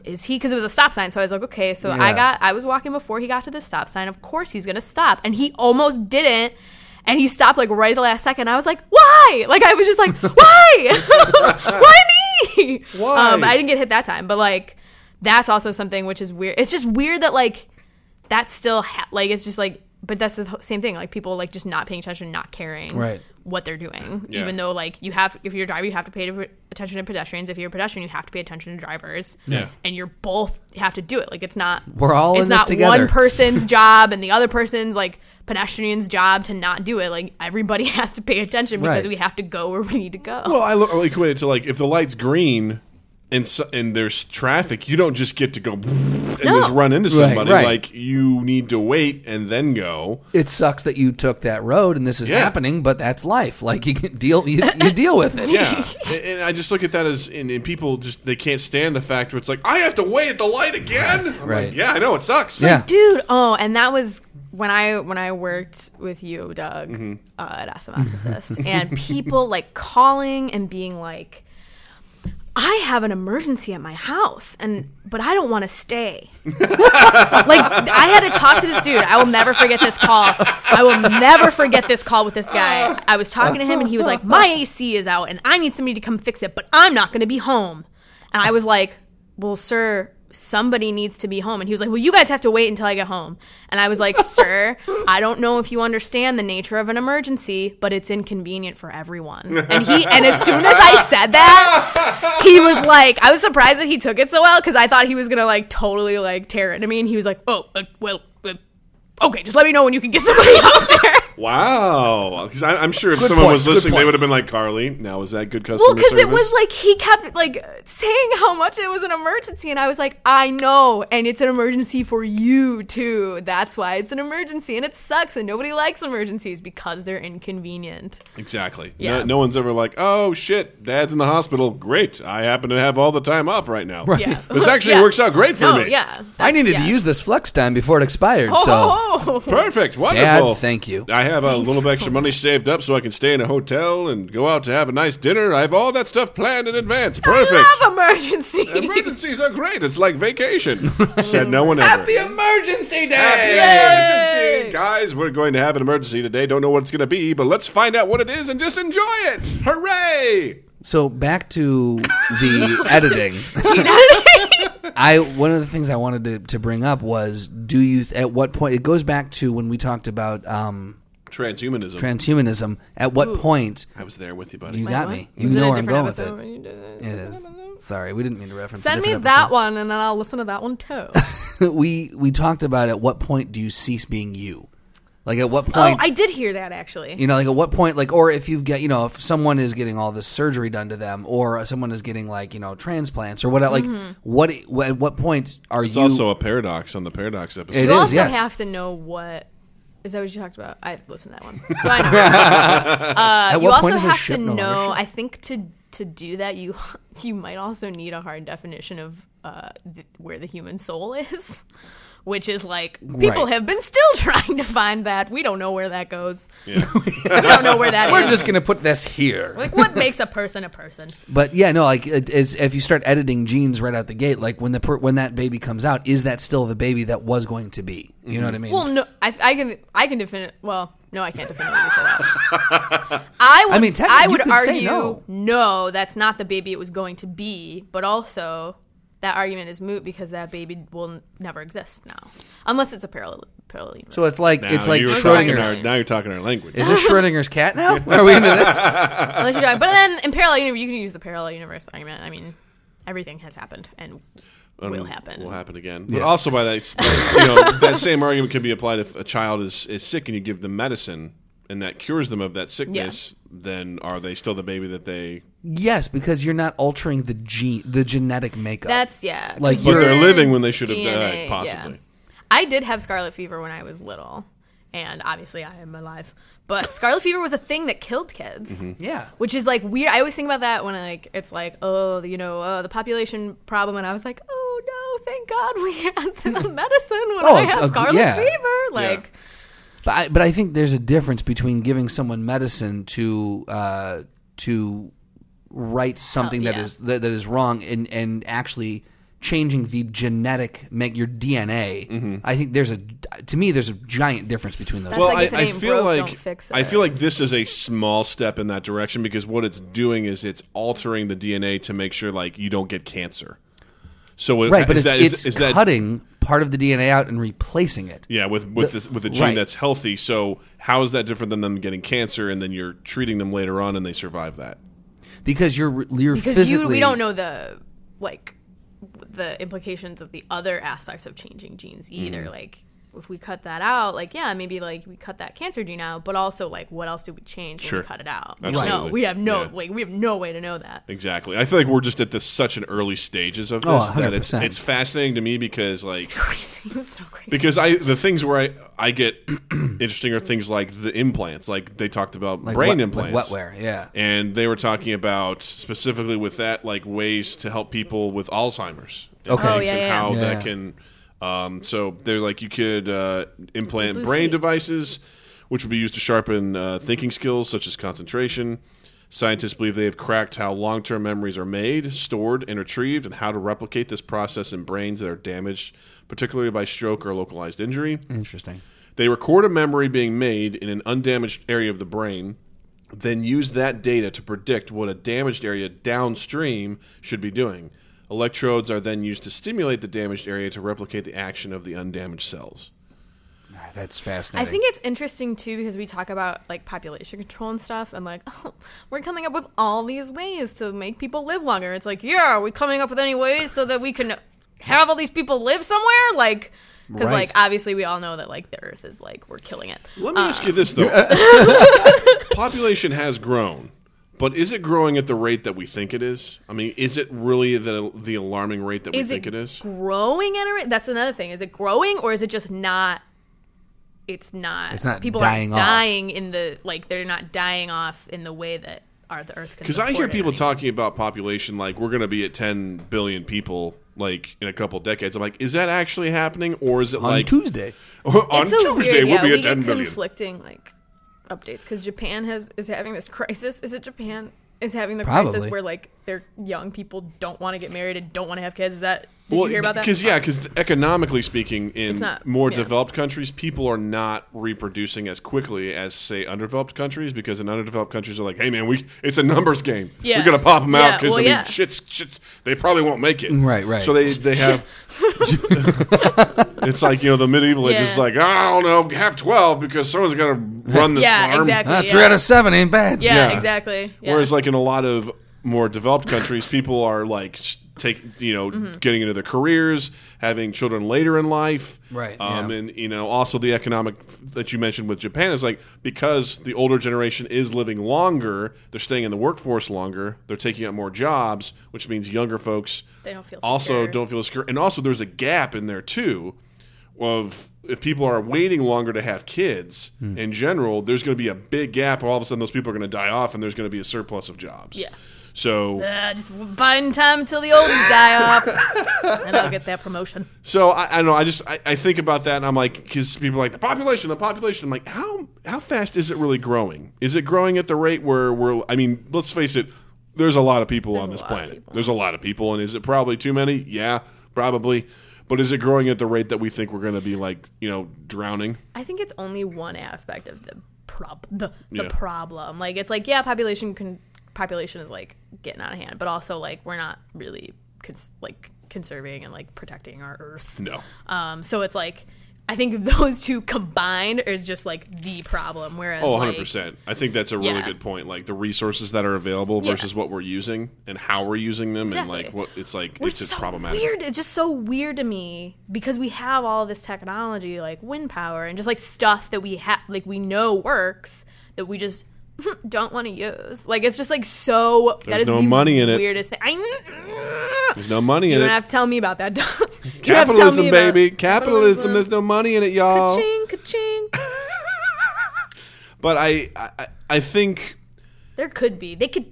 Is he? Because it was a stop sign, so I was like, okay. So I Yeah. got, I was walking before he got to the stop sign. Of course, he's gonna stop, and he almost didn't. And he stopped like right at the last second. I was like, why? Like I was just like, why? why me? Why? Um, I didn't get hit that time, but like that's also something which is weird. It's just weird that like that's still ha- like it's just like, but that's the same thing. Like people like just not paying attention, not caring Right. what they're doing, Yeah. even though like you have if you're a driver, you have to pay to- attention to pedestrians. If you're a pedestrian, you have to pay attention to drivers. Yeah. and you're both have to do it. Like it's not We're all it's in this not together. one person's job and the other person's like pedestrian's job to not do it. Like everybody has to pay attention because Right. we have to go where we need to go. Well, I look, I'll equate it to like if the light's green and so, and there's traffic, you don't just get to go and just run into Right, somebody. right. Like you need to wait and then go. It sucks that you took that road and this is Yeah. happening, but that's life. Like you can deal, you, you deal with it. Yeah, and, and I just look at that as and, and people just they can't stand the fact where it's like I have to wait at the light again. I'm like, Right. yeah, I know it sucks. Yeah. dude. Oh, and that was when I when I worked with you, Doug, uh, at SMSSS, and people like calling and being like, "I have an emergency at my house, and but I don't want to stay." like I had to talk to this dude. I will never forget this call. I will never forget this call with this guy. I was talking to him, and he was like, "My AC is out, and I need somebody to come fix it, but I'm not going to be home." And I was like, "Well, sir." Somebody needs to be home. And he was like, Well, you guys have to wait until I get home. And I was like, Sir, I don't know if you understand the nature of an emergency, but it's inconvenient for everyone. And he, and as soon as I said that, he was like, I was surprised that he took it so well because I thought he was going to like totally like tear into me. And he was like, Oh, uh, well, uh, okay, just let me know when you can get somebody out there. Wow. 'Cause I, I'm sure if someone was points, good listening, they would have points. been like, Carly, now is that good customer Well, because it service? was like he kept like saying how much it was an emergency, and I was like, I know, and it's an emergency for you too. That's why it's an emergency, and it sucks, and nobody likes emergencies because they're inconvenient. exactly. Yeah. No, no one's ever like, oh, shit, dad's in the hospital. Great. I happen to have all the time off right now. Yeah, This actually Yeah. works out great for no, me. Oh, Yeah, I that's- needed yeah. to use this flex time before it expired. Oh, so oh, oh. Perfect. Wonderful. Dad, thank you. I have a little bit extra money saved up so I can stay in a hotel and go out to have a nice dinner. I have all that stuff planned in advance. Perfect. I love emergencies. Emergencies are great. It's like vacation. Said no one ever. emergency Happy Yay! emergency. Guys, we're going to have an emergency today. Don't know what it's going to be, but let's find out what it is and just enjoy it. Hooray! So back to the editing. I one of the things I wanted to, to bring up was do you th- at what point it goes back to when we talked about um, Transhumanism. transhumanism. At what point I was there with you, buddy. you got me? You Was it know a where I'm going different with episode it. when you did It is. Sorry, we didn't mean to reference. a Send me different that one, and then I'll listen to that one too. episode. we we talked about at what point do you cease being you? Like at what oh, point? I did hear that actually. You know, like at what point, like, or if you get, you know, if someone is getting all this surgery done to them, or someone is getting like, you know, transplants or what, like, Mm-hmm. what, at what point are It's you? also a paradox on the paradox episode. It You is, also yes. have to know what is that what you talked about? I listened to that one. So I know. uh, you what also point is a have ship to no longer know. ship? I think to to do that, you you might also need a hard definition of uh, th- where the human soul is, which is like people Right. have been still trying to find that. We don't know where that goes. we don't know where that We're is. just gonna put this here. like what makes a person a person? But yeah, no, like, it, it's, if you start editing genes right out the gate, like when the per, when that baby comes out, is that still the baby that was going to be? Mm-hmm. You know what I mean? Well, no, I, I can I can defend it. Well, no, I can't definitively say that. I would I, mean, technically, you would could say argue no. no. that's not the baby it was going to be, but also that argument is moot because that baby will n- never exist now, unless it's a parallel parallel universe. so it's like Now it's like you were talking Schrodinger's. Our, now you're talking our language. Is this Schrodinger's cat now? Are we into this? unless you're talking, but then in parallel universe, you can use the parallel universe argument. I mean, everything has happened and Um, will happen. Will happen again. But also by that, you know, that same argument can be applied if a child is, is sick and you give them medicine and that cures them of that sickness. Then are they still the baby that they? Yes, because you're not altering the gene, the genetic makeup. That's yeah. 'cause Like, But Your they're living when they should have DNA, died, yeah. possibly. I did have scarlet fever when I was little, and obviously I am alive. But scarlet fever was a thing that killed kids, Mm-hmm. yeah. which is like weird. I always think about that when I, like it's like oh you know uh, the population problem, and I was like oh no thank God we had the medicine when Oh, I had ag- scarlet yeah. fever like. But I, but I think there's a difference between giving someone medicine to uh, to right something that Oh, yeah. is that, that is wrong and and actually changing the genetic make your DNA. Mm-hmm. I think there's a to me there's a giant difference between those. That's- like if it ain't broke, don't fix I it. feel like this is a small step in that direction because what it's doing is it's altering the DNA to make sure like you don't get cancer. So it- right, but is it's that is- it's is that- cutting part of the DNA out and replacing it. yeah, with with this, with a gene right. that's healthy. So how is that different than them getting cancer and then you're treating them later on and they survive that? Because you're you're because physically you we don't know the like the implications of the other aspects of changing genes either like if we cut that out, like yeah, maybe like we cut that cancer gene out, but also like what else did we change when Sure. we cut it out? No, Absolutely. we have no Yeah. like we have no way to know that. Exactly. I feel like we're just at this such an early stages of this Oh, that it's 100%. it's fascinating to me because like It's crazy. It's so crazy. because I the things where I I get interesting are things like the implants. Like they talked about Like brain wet- implants. like wetware. Yeah, And they were talking about specifically with that like ways to help people with Alzheimer's. and Okay. things Oh, yeah, and yeah, how yeah. that Yeah. can um, so they're like you could uh, implant Loosely. brain devices which would be used to sharpen uh, thinking skills such as concentration. Scientists believe they have cracked how long term memories are made, stored, and retrieved, and how to replicate this process in brains that are damaged, particularly by stroke or localized injury. interesting. They record a memory being made in an undamaged area of the brain, then use that data to predict what a damaged area downstream should be doing. Electrodes are then used to stimulate the damaged area to replicate the action of the undamaged cells. Ah, That's I fascinating. think it's interesting too because we talk about like population control and stuff, and like oh, we're coming up with all these ways to make people live longer. It's like, yeah, are we coming up with any ways so that we can have all these people live somewhere? Like, because Right. like obviously we all know that like the Earth is like we're killing it. Let me ask you this, though. Population has grown, but is it growing at the rate that we think it is? I mean, is it really the, the alarming rate that we Is think it it is? growing at a rate? That's another thing. Is it growing or is it just not? It's not. It's not people dying are off. dying in the like they're not dying off in the way that are the Earth. Because Because I hear people talking about population like we're going to be at 10 billion people like in a couple decades. I'm like, is that actually happening, or is it on like Tuesday. on It's so Tuesday weird, we'll yeah, be we at 10 get billion? conflicting like updates because Japan has is having this crisis. Is it Japan is having the Probably. crisis where like their young people don't want to get married and don't want to have kids? Is that did Well, you hear about that? Because yeah, because economically speaking, in It's not- more yeah. developed countries, people are not reproducing as quickly as say underdeveloped countries. Because in underdeveloped countries, are like, hey man, we it's a numbers game. Yeah. We're gonna pop them out Yeah, because well, I mean, yeah. shit's shit. They probably won't make it. Right, right. So they they have. it's like you know the medieval ages, Yeah. like I don't know, have twelve because someone's got to run this Yeah, farm. exactly. Ah, yeah. Three out of seven ain't bad. yeah, yeah. exactly. Yeah. Whereas, like in a lot of more developed countries, people are like s- take you know Mm-hmm. getting into their careers, having children later in life, Right, Um, yeah. And you know, also the economic f- that you mentioned with Japan is like because the older generation is living longer, they're staying in the workforce longer, they're taking up more jobs, which means younger folks They don't feel also secure. don't feel secure, and also there's a gap in there too. Of if people are waiting longer to have kids in general, there's going to be a big gap. All of a sudden, those people are going to die off, and there's going to be a surplus of jobs. Yeah. So, Uh, just buying time until the oldies die off, and I'll get that promotion. so I, I don't know. I just I, I think about that, and I'm like, because people are like the population, the population. I'm like, how how fast is it really growing? Is it growing at the rate where we're? I mean, let's face it. There's a lot of people on a this lot of planet. people. There's a lot of people, and is it probably too many? Yeah, probably. But is it growing at the rate that we think we're going to be like, you know, drowning? I think it's only one aspect of the prob the, the Yeah. problem. Like it's like yeah, population con- population is like getting out of hand, but also like we're not really cons- like conserving and like protecting our earth. No. Um, so it's like I think those two combined is just like the problem. Whereas Oh, like, 100%. I think that's a really Yeah. good point. Like the resources that are available Yeah. versus what we're using and how we're using them and Exactly. like what it's like We're it's just so problematic. weird. It's just so weird to me because we have all this technology, like wind power, and just like stuff that we have, like we know works that we just don't want to use. Like it's just like so. that There's is no the money in it. Weirdest thing. I, There's no money you in don't it. have to tell me about that. Don. You don't have to tell Capitalism, me about- baby. Capitalism. There's no money in it, y'all. Ka-ching, ka-ching. But I, I I think There could be. They could.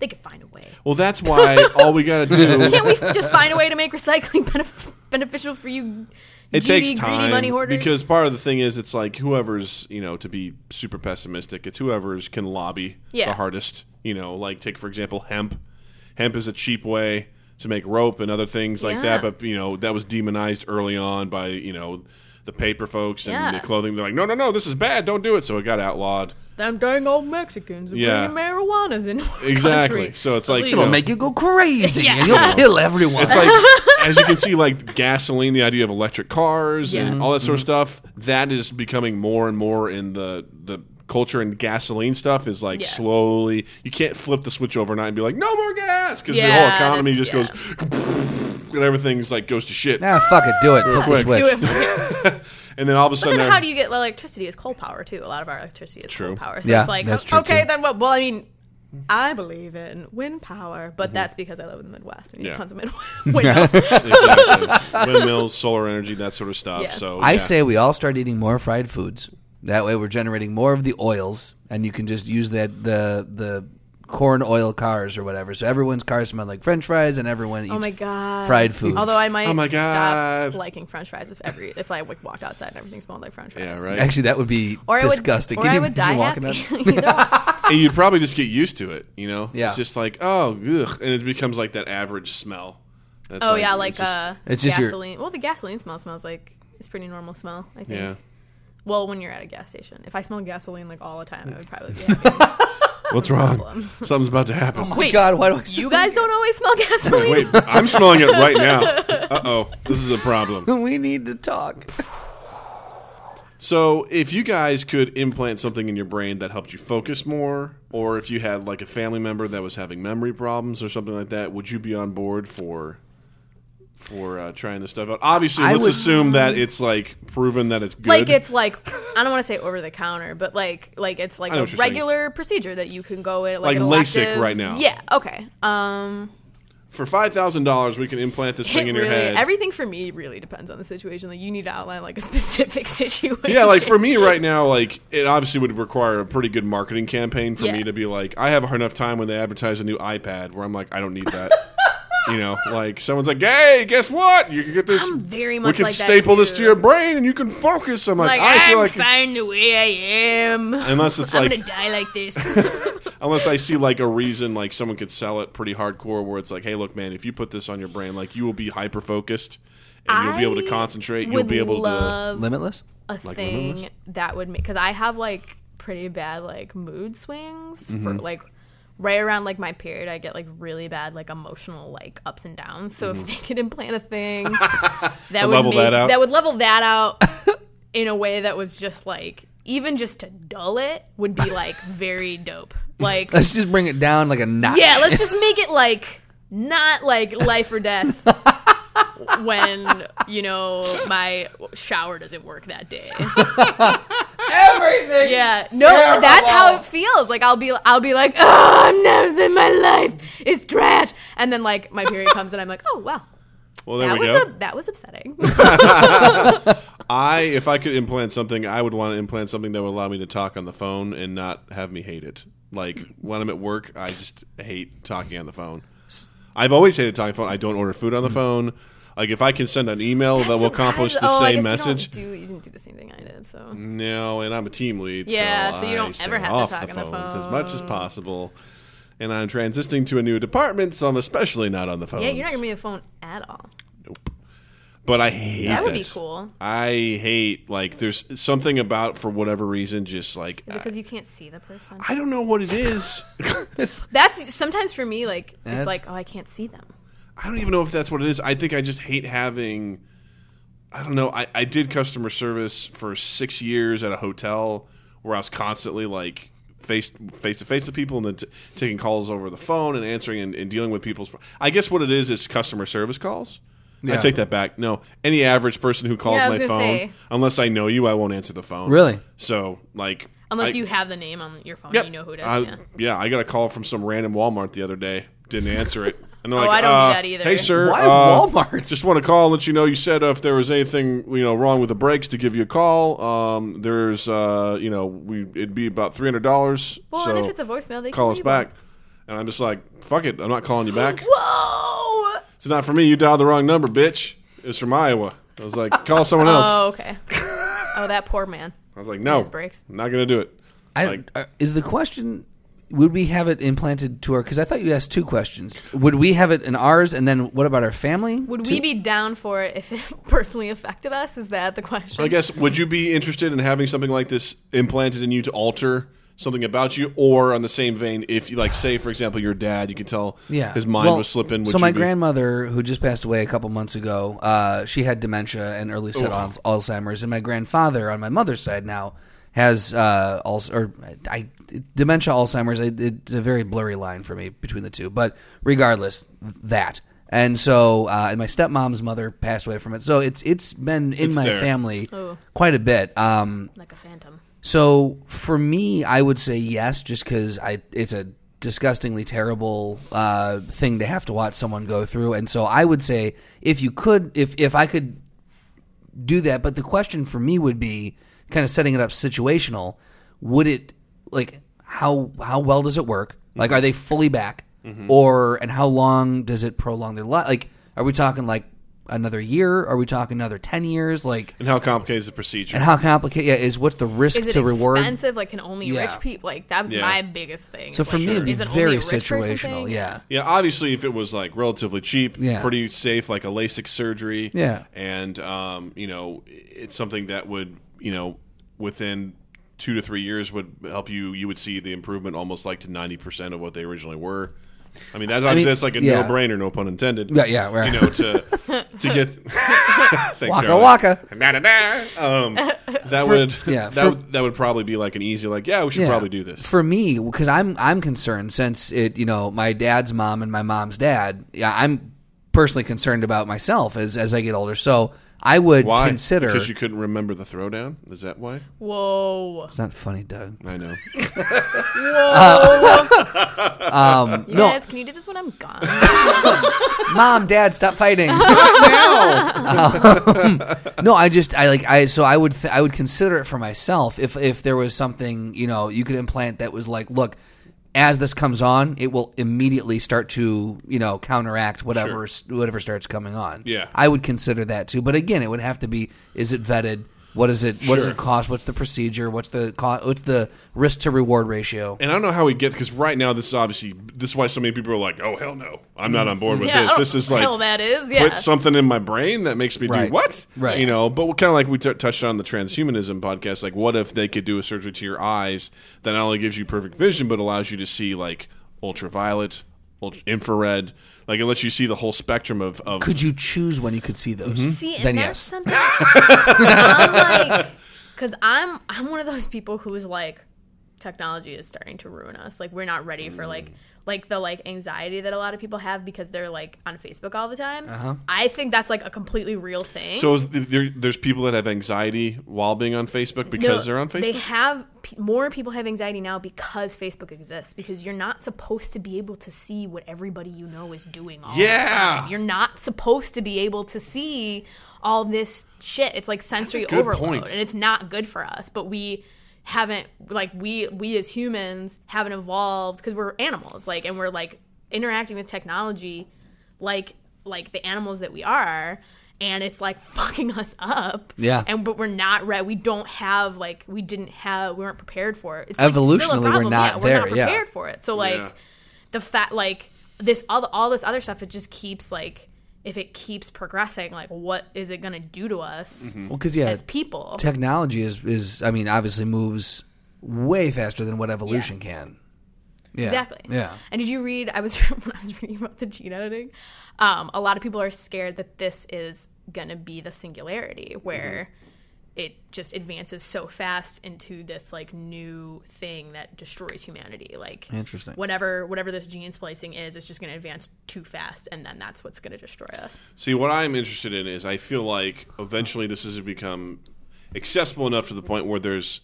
They could find a way. well that's why all we got to do Can't we just find a way to make recycling benef- beneficial for you? it greedy, takes time greedy money hoarders? because part of the thing is it's like whoever's you know to be super pessimistic it's whoever's can lobby Yeah. the hardest you know like take for example hemp hemp is a cheap way to make rope and other things like that Yeah. but you know that was demonized early on by you know the paper folks and Yeah. the clothing they're like no no no this is bad don't do it so it got outlawed them dang old Mexicans are Yeah. bringing marijuana's in our exactly country. so it's like you It'll know, make you go crazy. Yeah. and You'll kill everyone. It's like, as you can see, like gasoline, the idea of electric cars and Yeah. all that sort of stuff, Mm-hmm. that is becoming more and more in the the culture. And gasoline stuff is like Yeah. slowly. You can't flip the switch overnight and be like, no more gas, because the Yeah, whole economy that's- just goes and everything's like goes to shit. ah, fuck it. Do it. Flip the quick. switch. Do it. And then all of a But sudden, then I- how do you get electricity? Is coal power too? A lot of our electricity is True. coal power. So Yeah, it's like that's true, okay, too. then what? Well, I mean, I believe in wind power, but that's because I live in the Midwest. and We Mm-hmm. Yeah. have tons of mid- windmills. exactly. windmills, solar energy, that sort of stuff. Yeah. So I yeah. say we all start eating more fried foods. That way, we're generating more of the oils, and you can just use that the the corn oil cars or whatever. So everyone's cars smell like French fries, and everyone eats oh my god, fried foods. Although I might Oh my God. stop liking French fries if every if I like, walked outside and everything smelled like French fries. yeah, right. actually that would be Or I would, disgusting. Or can I you would imagine die walking happy. Either up? way. and you'd probably just get used to it, you know? Yeah. It's just like, oh, ugh, and it becomes like that average smell. That's oh yeah, like it's just- uh, It's just your- gasoline. Well, the gasoline smell smells like it's pretty normal smell. I think. yeah. Well, when you're at a gas station, if I smell gasoline like all the time, I would probably be having What's wrong? problems. Something's about to happen. Oh my God, why do I? You guys don't always smell gasoline. Wait, I'm smelling it right now. Uh oh, this is a problem. we need to talk. So, if you guys could implant something in your brain that helped you focus more, or if you had like a family member that was having memory problems or something like that, would you be on board for for uh, trying this stuff out? Obviously, I let's would- assume that it's like proven that it's good. Mm-hmm. Like it's like I don't want to say over the counter, but like like it's like I know a what you're saying. regular procedure that you can go in Like like, an LASIK elective- right now. Yeah. Okay. Um. for five thousand dollars, we can implant this thing it in really your head. everything for me really depends on the situation. Like you need to outline like a specific situation. yeah, like for me right now, like it obviously would require a pretty good marketing campaign for Yeah. me to be like, I have enough time when they advertise a new iPad where I'm like, I don't need that. you know, like someone's like, Hey, guess what? You can get this. I'm very we much can like that, staple this to too. your brain and you can focus. I'm like, Like, I feel I'm like fine the way I am. I'm unless it's like gonna die like this. unless I see like a reason like someone could sell it pretty hardcore where it's like, Hey, look, man, if you put this on your brain, like you will be hyper focused. And you'll be able to I concentrate. You'll would be able to. love Limitless. a thing that would make because I have like pretty bad like mood swings Mm-hmm. for like right around like my period I get like really bad like emotional like ups and downs so if they could implant a thing that would Mm-hmm. level make, that out? that would level that out in a way that was just like even just to dull it would be like very dope like Let's just bring it down like a notch. yeah let's just make it like not like life or death when you know my shower doesn't work that day everything. yeah, no, that's how it feels. Like I'll be, I'll be like, oh, I'm never. Then my life is trash. And then like my period comes, and I'm like, oh wow, Well, there that we was go. a, that was upsetting. I, if I could implant something, I would want to implant something that would allow me to talk on the phone and not have me hate it. Like when I'm at work, I just hate talking on the phone. I've always hated talking on the phone. I don't order food on the phone. Like if I can send an email that will accomplish the oh, I same guess message. Mm. You, don't do, you didn't do the same thing I did, so no, and I'm a team lead. Yeah, so you I don't ever stay have to off talk the on the phones as much as possible. And I'm transitioning to a new department, so I'm especially not on the phone. yeah, you're not gonna be on the phone at all. But I hate That would be this. cool. I hate like there's something about for whatever reason just like Is it because you can't see the person? I don't know what it is. That's sometimes for me, like That's- it's like, oh, I can't see them. I don't even know if that's what it is. I think I just hate having. I don't know. I, I did customer service for six years at a hotel where I was constantly like face face to face with people and then t- taking calls over the phone and answering and, and dealing with people's. I guess what it is is customer service calls. I Yeah. take that back. No, any average person who calls Yeah, my I was phone, gonna say. unless I know you, I won't answer the phone. Really? So like, Unless I- you have the name on your phone, Yep. and you know who it is. I- yeah. yeah, I got a call from some random Walmart the other day. Didn't answer it. And they're Oh, like, I don't do uh, that either. Hey, sir. Why uh, Walmart? Just want to call and let you know you said uh, if there was anything you know wrong with the brakes to give you a call. Um, there's uh, you know we it'd be about three hundred dollars. Well, so and if it's a voicemail, they call can us leave one. back. And I'm just like, fuck it, I'm not calling you back. Whoa! it's not for me. You dialed the wrong number, bitch. It's from Iowa. I was like, call someone else. Oh, okay. oh, that poor man. I was like, no, His brakes. not gonna do it. I, Like- uh, is the question would we have it implanted to our? Because I thought you asked two questions. Would we have it in ours, and then what about our family? Would Two- we be down for it if it personally affected us? Is that the question? I guess would you be interested in having something like this implanted in you to alter something about you, or on the same vein, if you like, say for example, your dad, you could tell Yeah, his mind Well, was slipping. Would so my you be- grandmother, who just passed away a couple months ago, uh, she had dementia and early set al- Alzheimer's, and my grandfather on my mother's side now has uh, also or I, dementia Alzheimer's. I, it's a very blurry line for me between the two, but regardless, that. And so, uh, and my stepmom's mother passed away from it. So it's it's been in It's my there. family Oh. quite a bit. Um, like a phantom. so for me, I would say yes, just because I it's a disgustingly terrible uh, thing to have to watch someone go through, and so I would say if you could, if if I could do that, but the question for me would be kind of setting it up situational. Would it like how how well does it work? Like, are they fully back, or and how long does it prolong their life? Like, are we talking like another year? Are we talking another ten years? Like. And how complicated is the procedure? And how complicated yeah, is what's the risk Is it to reward? expensive? Like, can only Yeah. rich people? Like, that was Yeah. my biggest thing. So for Like, me, it'd be is it only very a rich person situational. thing? Yeah. Yeah, obviously, if it was like relatively cheap, Yeah. pretty safe, like a LASIK surgery, Yeah. and um, you know, it's something that would, you know, within two to three years would help you. You would see the improvement almost like to ninety percent of what they originally were. I mean, that's obviously mean, that's like a yeah. no-brainer, no pun intended. Yeah, yeah, right. You know, to to get thanks, Waka Charlotte. waka. Na-na-na. Um, that would yeah, that for- would that would probably be like an easy like yeah we should Yeah. probably do this for me because I'm I'm concerned since it you know my dad's mom and my mom's dad. Yeah, I'm personally concerned about myself as as I get older. So I would why consider. because you couldn't remember the throwdown is that why Whoa. it's not funny, Doug. I know. No. Yes, can you do this when I'm gone? Mom, Dad, stop fighting. Um, no, I just I like I so I would th- I would consider it for myself if if there was something you know you could implant that was like look as this comes on it will immediately start to you know counteract whatever s whatever starts coming on. Yeah. I would consider that too, but again, it would have to be is it vetted. What is it? What does Sure. it cost? What's the procedure? What's the co- what's the risk to reward ratio? And I don't know how we get because right now this is obviously this is why so many people are like, oh hell no, I'm Mm-hmm. not on board with yeah. this. oh, this is like hell, that is. Yeah. put something in my brain that makes me do Right. what, Right. You know, but kind of like we t- touched on the transhumanism podcast. Like, what if they could do a surgery to your eyes that not only gives you perfect vision but allows you to see like ultraviolet, ultra- infrared, like it lets you see the whole spectrum of of Could you choose when you could see those? Mm-hmm. See, and then that's yes. something I'm like, because I'm I'm one of those people who is like, technology is starting to ruin us. Like, we're not ready for Mm. like like the like anxiety that a lot of people have because they're like on Facebook all the time. Uh-huh. I think that's like a completely real thing. so is there, there's people that have anxiety while being on Facebook because No, they're on Facebook. They have p- more people have anxiety now because Facebook exists because you're not supposed to be able to see what everybody you know is doing. All the Yeah. time. you're not supposed to be able to see all this shit. It's like sensory good overload, point. and it's not good for us. But we haven't like we we as humans haven't evolved because we're animals, like, and we're like interacting with technology like like the animals that we are and it's like fucking us up Yeah. and but we're not ready we don't have like we didn't have we weren't prepared for it it's Evolutionally, we're like, it's still a problem. yeah, not we're there, not yeah. prepared for it so like Yeah. the fact like this all, all this other stuff it just keeps like if it keeps progressing like what is it gonna do to us Well, because yeah, as people technology is is I mean obviously moves way faster than what evolution can. Yeah. Exactly. Yeah. And did you read? I was when I was reading about the gene editing. Um, a lot of people are scared that this is gonna be the singularity where Mm-hmm. it just advances so fast into this like new thing that destroys humanity. Like Interesting. Whatever whatever this gene splicing is, it's just gonna advance too fast, and then that's what's gonna destroy us. See, what I'm interested in is I feel like eventually this is to become accessible enough to the point where there's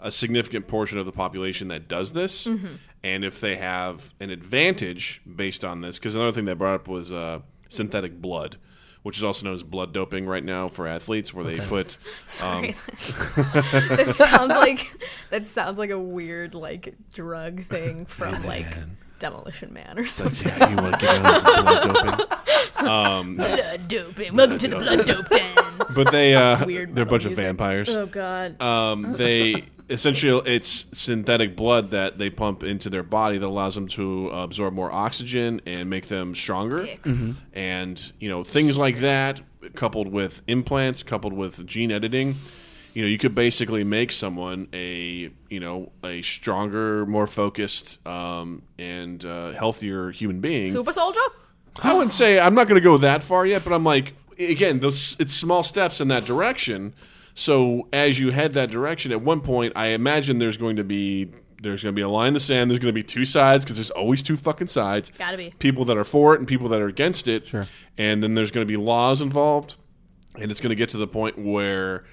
a significant portion of the population that does this, Mm-hmm. and if they have an advantage based on this, because another thing they brought up was uh, synthetic blood, which is also known as blood doping right now for athletes, where they put Sorry. Um, that sounds like that sounds like a weird like drug thing from like Demolition Man or something. yeah, you want to get on this blood doping. blood doping. Welcome to the blood dope den. But they uh, Weird they're a bunch metal of music. vampires. Oh god. um, they essentially it's synthetic blood that they pump into their body that allows them to absorb more oxygen and make them stronger Dicks. and you know things like that coupled with implants coupled with gene editing you know you could basically make someone a you know a stronger more focused um, and uh, healthier human being Super soldier. I wouldn't say I'm not going to go that far yet, but I'm like again, those it's small steps in that direction. So as you head that direction, at one point, I imagine there's going to be There's going to be a line in the sand. There's going to be two sides because there's always two fucking sides. Gotta be. People that are for it and people that are against it. Sure. And then there's going to be laws involved. And it's going to get to the point where,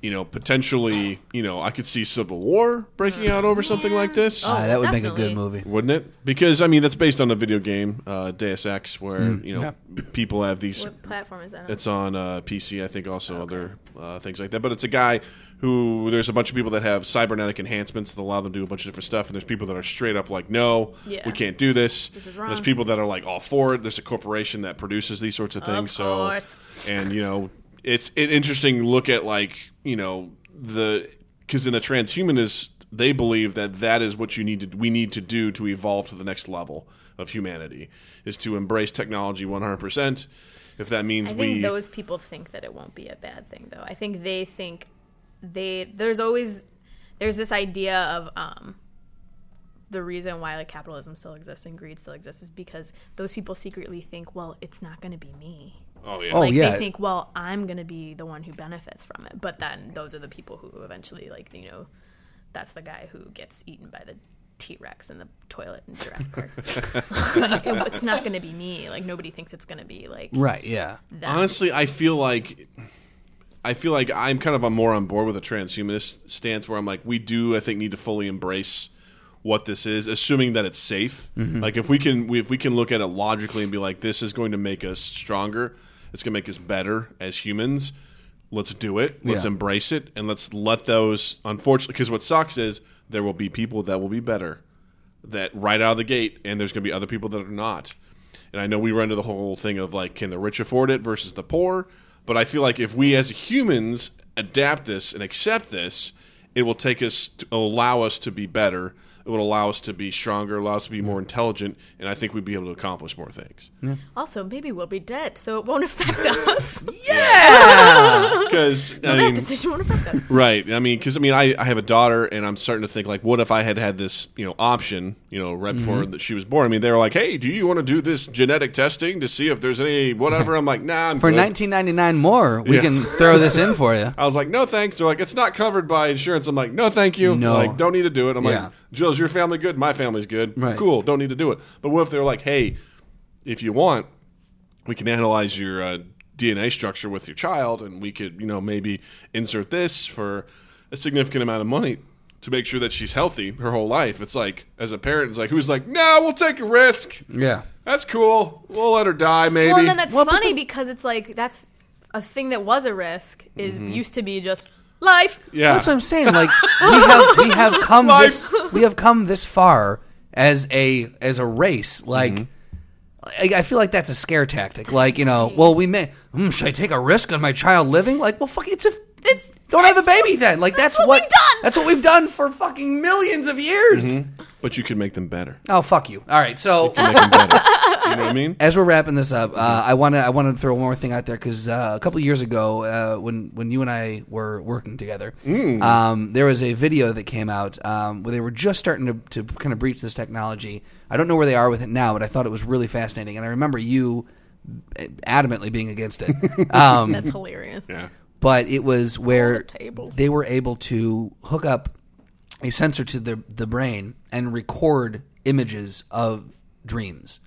you know, potentially, you know, I could see civil war breaking out over something like Oh, this. Ah, that would make a definitely. good movie. Wouldn't it? Because, I mean, that's based on a video game, uh, Deus Ex, where, you know, people have these What platform is that? on? it's on uh, PC, I think, also other uh, things like that. But it's a guy who there's a bunch of people that have cybernetic enhancements that allow them to do a bunch of different stuff, and there's people that are straight up like, no, Yeah. we can't do this. This is There's wrong. people that are like all for it. There's a corporation that produces these sorts of things. so, course. and you know, it's an interesting look at like you know the because in the transhumanists they believe that that is what you need to we need to do to evolve to the next level of humanity is to embrace technology 100% if that means I think we those people think that it won't be a bad thing, though. I think they think they there's always there's this idea of um, the reason why like capitalism still exists and greed still exists is because those people secretly think, well, it's not going to be me. Oh yeah. Oh, Like yeah. they think, well, I'm going to be the one who benefits from it. But then those are the people who eventually, like you know, that's the guy who gets eaten by the T Rex in the toilet in Jurassic Park. Like, it- it's not going to be me. Like nobody thinks it's going to be like Right, yeah. them. Honestly, I feel like I feel like I'm kind of on more on board with a transhumanist stance where I'm like we do I think need to fully embrace what this is assuming that it's safe. Like if we can we, if we can look at it logically and be like this is going to make us stronger, it's going to make us better as humans. Let's do it. Let's Yeah. embrace it and let's let those unfortunately because what sucks is there will be people that will be better that right out of the gate, and there's going to be other people that are not. And I know we run into the whole thing of like, can the rich afford it versus the poor? But I feel like if we as humans adapt this and accept this, it will take us, to allow us to be better. It will allow us to be stronger, allow us to be more intelligent, and I think we'd be able to accomplish more things. Also, maybe we'll be dead, so it won't affect us. Because I that mean, decision won't affect us. right? I mean, because I mean, I, I have a daughter, and I'm starting to think like, what if I had had this, you know, option, you know, right before that she was born? I mean, they were like, hey, do you want to do this genetic testing to see if there's any whatever? I'm like, nah, I'm For good. 1999 more, Yeah. we Uh, can throw this in for you. I was like, no thanks. They're like, it's not covered by insurance. I'm like, no, thank you. No. Like, don't need to do it. I'm Yeah. like, Jill's your family good? My family's good. Right. Cool. Don't need to do it. But what if they're like, hey, if you want, we can analyze your uh, DNA structure with your child, and we could, you know, maybe insert this for a significant amount of money to make sure that she's healthy her whole life. It's like, as a parent, it's like, who's like, no, we'll take a risk. Yeah. That's cool. We'll let her die, maybe. Well, and then that's Well, but funny because it's like that's a thing that was a risk is Mm-hmm. used to be just life. yeah. That's what I'm saying. Like we have we have come this we have come this far as a as a race. Like I, I feel like that's a scare tactic. Like you know, well we may mm, should I take a risk on my child living? Like well fuck it's a It's- don't have a baby then. Like that's, that's what we've done. That's what we've done for fucking millions of years. but you could make them better. Oh fuck you. All right, so Make them better. you know what I mean? as we're wrapping this up, uh, I want to I want to throw one more thing out there because uh, a couple years ago, uh, when when you and I were working together, Mm. um, there was a video that came out um, where they were just starting to, to kind of breach this technology. I don't know where they are with it now, but I thought it was really fascinating, and I remember you eh, adamantly being against it. um, That's hilarious. Yeah. but it was where tables. they were able to hook up a sensor to the the brain and record images of dreams.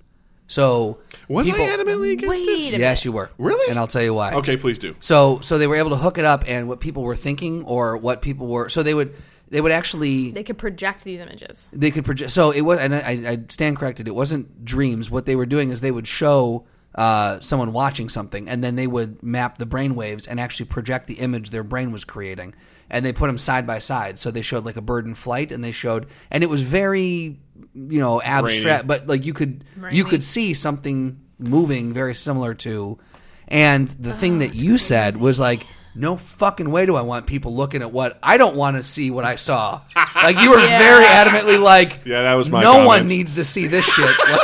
So Was people- I adamantly against Wait this? a minute. Yes, you were. Really? And I'll tell you why. Okay, please do. So so they were able to hook it up and what people were thinking or what people were so they would they would actually They could project these images. they could project. So it was, and I, I stand corrected. It wasn't dreams. What they were doing is they would show uh, someone watching something, and then they would map the brain waves and actually project the image their brain was creating, and they put them side by side. So they showed like a bird in flight, and they showed, and it was very, you know, abstract, but like you could you could see something moving very similar to, and the thing that you said was like. No fucking way do I want people looking at what I don't want to see what I saw. Like you were very adamantly like, Yeah, that was my No one comments. needs to see this shit. Like,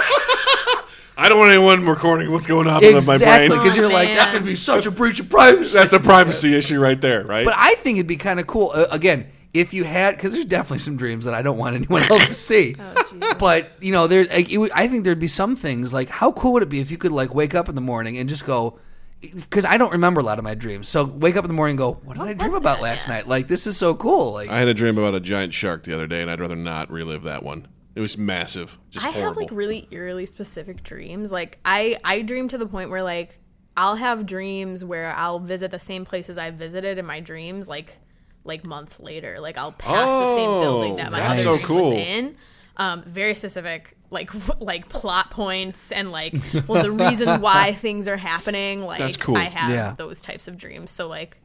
I don't want anyone recording what's going on in exactly, my brain. because you're like that Oh, man. could be such a breach of privacy. That's a privacy issue right there, right? but I think it'd be kind of cool. Uh, again, if you had, because there's definitely some dreams that I don't want anyone else to see. Oh, but you know, there, like, it would, I think there'd be some things like, how cool would it be if you could like wake up in the morning and just go. because I don't remember a lot of my dreams. So wake up in the morning and go, what did I dream was about that? last night? Like this is so cool. Like I had a dream about a giant shark the other day, and I'd rather not relive that one. It was massive, just I horrible. have like really eerily specific dreams. Like I I dream to the point where like I'll have dreams where I'll visit the same places I visited in my dreams like like months later. Like I'll pass the same building that my Oh, that's other so dream cool. was in. Um, very specific like like plot points and like well the reasons why things are happening. Like That's cool. I have Yeah. those types of dreams. So like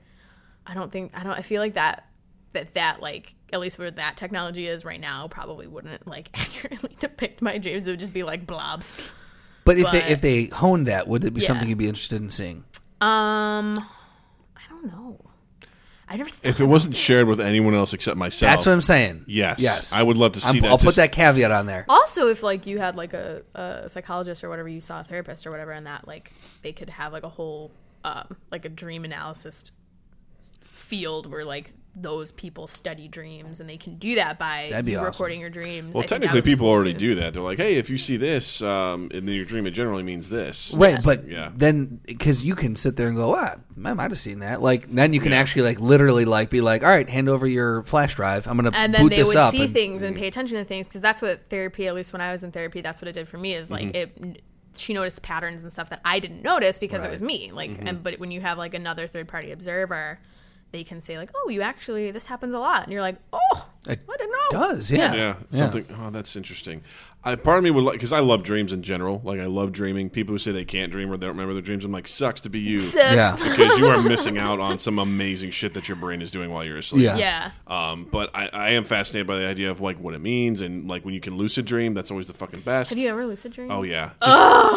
I don't think I don't I feel like that that that like at least where that technology is right now probably wouldn't like accurately depict my dreams. It would just be like blobs. But if they But- if they honed that, would it be Yeah. something you'd be interested in seeing? Um, I don't know. I never thought. if it wasn't shared with anyone else except myself, That's what I'm saying. Yes. Yes. I would love to see I'm- that I'll put just- that caveat on there. also, if like you had like a, a psychologist or whatever, you saw a therapist or whatever, and that like they could have like a whole um like a dream analysis field where like those people study dreams and they can do that by That'd be awesome. recording your dreams. Well, I think that technically, would be people cool, already too. do that. They're like, hey, if you see this um, in your dream, it generally means this. Right, but Yeah. then because you can sit there and go, ah, I might have seen that. Like then you can actually like literally like be like, all right, hand over your flash drive. I'm gonna and then boot they this would up. see and- Mm-hmm. things and pay attention to things because that's what therapy at least when i was in therapy that's what it did for me is like Mm-hmm. it she noticed patterns and stuff that i didn't notice because Right. Mm-hmm. it was me like and but when you have like another third party observer they can say like oh you actually this happens a lot and you're like oh i It didn't know does, yeah. Yeah, something. Oh, that's interesting. I part of me would like because I love dreams in general. Like I love dreaming. People who say they can't dream or they don't remember their dreams, I'm like, sucks to be you Sucks. Yeah. because you are missing out on some amazing shit that your brain is doing while you're asleep. Yeah. yeah Um, but I, I am fascinated by the idea of like what it means and like when you can lucid dream, that's always the fucking best. have you ever lucid dreamed Oh yeah,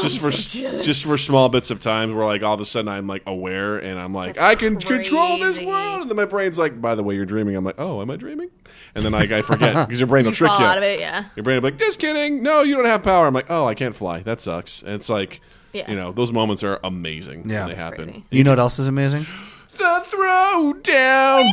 just, just for just for small bits of time where like all of a sudden I'm like aware and I'm like That's I can control this crazy. world, and then my brain's like, by the way, you're dreaming. I'm like, oh, am I dreaming? And then like I forget because your brain will you trick fall you. out of it yeah Your brain will be like, just kidding. No, you don't have power. I'm like, oh, I can't fly. That sucks. And it's like, Yeah. you know, those moments are amazing Yeah. when they That's happen. crazy. You know what else is amazing? The throwdown,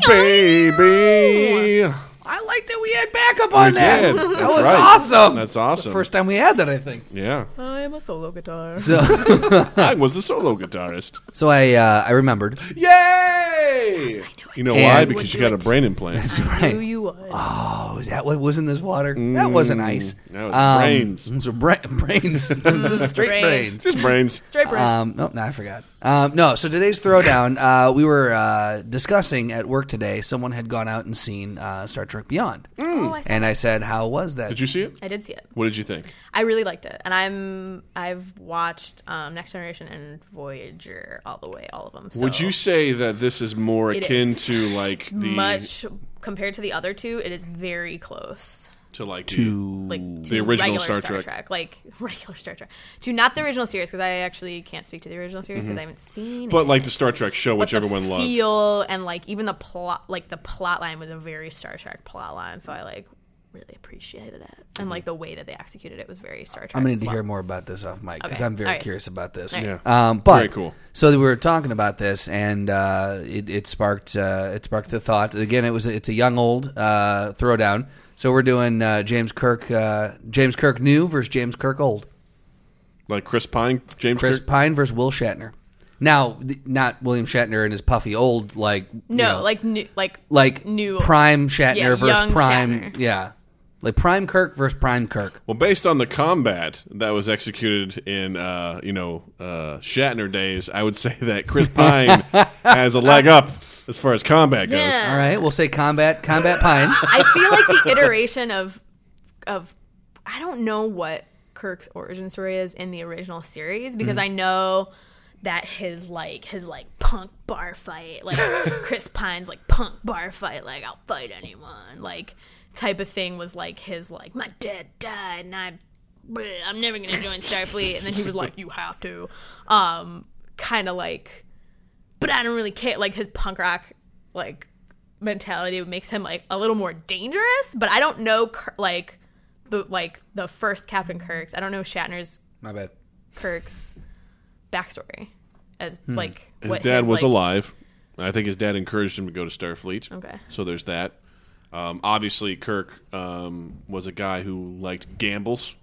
baby. I like that we had backup on We that. did. That That's was right. awesome. That's awesome. The first time we had that, I think. Yeah, i'm a solo guitar So, I was a solo guitarist. so I uh, I remembered. Yay! You know And- why? Would Because you do got a it. brain implant. That's right. who you would Oh, is that what was in this water? Mm. That wasn't ice. that was brains. Those were bra- brains. Just straight Brains. brains. Just brains. straight brain Um, no, no, I forgot. Um, no, so today's throwdown, uh, we were uh, discussing at work today. Someone had gone out and seen uh, Star Trek Beyond, oh, I, saw and I said, "How was that?" Did you see it? I did see it What did you think? I really liked it, and I'm I've watched um, Next Generation and Voyager all the way, all of them. So Would you say that this is more It akin is. to like the much compared to the other two? It is very close, to like like to The original regular Star Star, Trek. Trek. like regular Star Trek, to not the original series because I actually can't speak to the original series because I haven't seen the, it. Mm-hmm. but like the Star Trek show, which the everyone loved. feel and like even the plot, like the plot line was a very Star Trek plot line, so I like really appreciated it, Mm-hmm. and like the way that they executed it was very Star Trek. I'm going as to well. hear more about this off mic because Okay. I'm very All right. curious about this. Yeah. Um, but Very cool. So we were talking about this, and uh, it, it sparked uh, it sparked the thought. Again, it was it's a young old uh, throwdown. So we're doing uh, James Kirk uh, James Kirk new versus James Kirk old. Like Chris Pine, James Chris Kirk. Pine versus Will Shatner. Now, th- not William Shatner and his puffy old like you No, know, like new, like like new- prime Shatner yeah, versus young prime Shatner. yeah like prime Kirk versus prime Kirk. Well, based on the combat that was executed in uh, you know uh, Shatner days, I would say that Chris Pine has a leg up as far as combat goes. Yeah. All right, we'll say combat combat Pine. I feel like the iteration of of I don't know what Kirk's origin story is in the original series because I know that his like his like punk bar fight, like Chris Pine's like punk bar fight, like I'll fight anyone, like type of thing was like his like my dad died and I bleh, I'm never gonna join Starfleet and then he was like you have to, um, kind of like but I don't really care. Like his punk rock like mentality makes him like a little more dangerous. But I don't know Kir- like the like the first Captain Kirk's. I don't know Shatner's My bad. Kirk's backstory as Hmm. like His what dad his, was like- alive. I think his dad encouraged him to go to Starfleet. Okay. So there's that. Um, obviously, Kirk um, was a guy who liked gambles.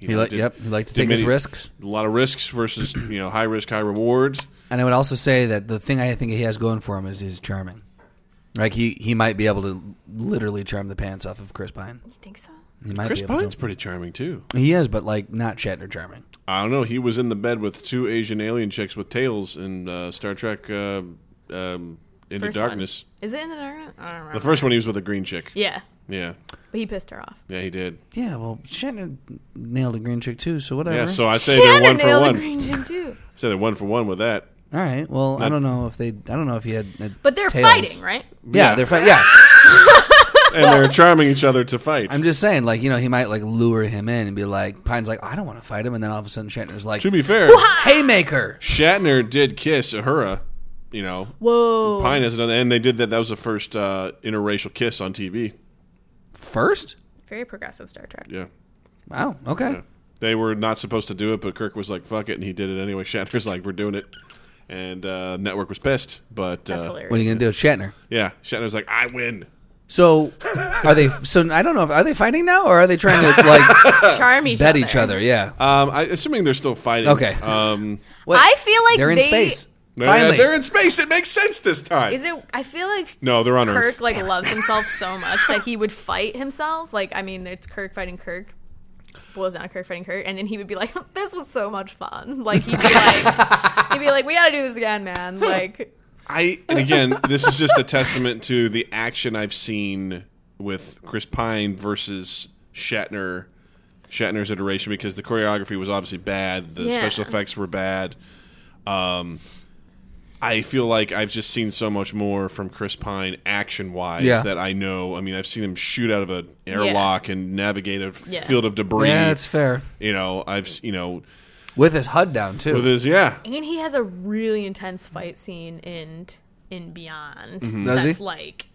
He know, li- did- yep, he liked to did take his many- risks. A lot of risks versus you know high risk, high reward. And I would also say that the thing I think he has going for him is he's charming. Like he, he might be able to literally charm the pants off of Chris Pine. You think so? He might Chris be able Pine's to. pretty charming too. He is, but like not Shatner charming. I don't know. He was in the bed with two Asian alien chicks with tails in uh, Star Trek uh, um, Into First one. Darkness. Is it in the darkness? I don't remember. The first one he was with a green chick. Yeah, Yeah, but he pissed her off. yeah, he did. Yeah, well, Shatner nailed a green chick too, so whatever. Yeah, so I say they're one for nailed a one. I green gin too. say they're one for one with that. All right. Well, I don't know if they. I don't know if he had. had But they're tails. fighting, right? Yeah, Yeah. they're fighting. Yeah, and they're charming each other to fight. I'm just saying, like you know, he might like lure him in and be like, Pine's like, I don't want to fight him, and then all of a sudden Shatner's like, to be fair, Haymaker. Shatner did kiss Uhura. You know, Whoa. Pine has another, and they did that. That was the first uh, interracial kiss on TV. First. Very progressive Star Trek. Yeah. Wow. Okay. yeah, they were not supposed to do it, but Kirk was like, "Fuck it," and he did it anyway. Shatner's like, "We're doing it," and uh, Network was pissed, but That's uh, hilarious. What are you gonna do, Shatner? yeah, Shatner's like, "I win." So, are they? So I don't know. if Are they fighting now, or are they trying to like Charm each bet other. each other? Yeah. Uh, Um, I, assuming they're still fighting. Okay. Um, What? I feel like they're in they- space. they're, Finally, they're in space. It makes sense this time. Is it? I feel like no, they're on Kirk Earth. like loves himself so much that he would fight himself. Like I mean, it's Kirk fighting Kirk. Well, it's not Kirk fighting Kirk, and then he would be like, "This was so much fun." Like he'd be like, he'd be like, "We gotta do this again, man." Like I and again, this is just a testament to the action I've seen with Chris Pine versus Shatner. Shatner's iteration because the choreography was obviously bad, the Yeah. special effects were bad. Um, I feel like I've just seen so much more from Chris Pine action wise Yeah. that I know. I mean, I've seen him shoot out of an airlock and navigate a f- Yeah. field of debris. yeah, it's fair. you know, I've s- you know With his HUD down too. with his yeah And he has a really intense fight scene in in Beyond Does Mm-hmm. that's he? like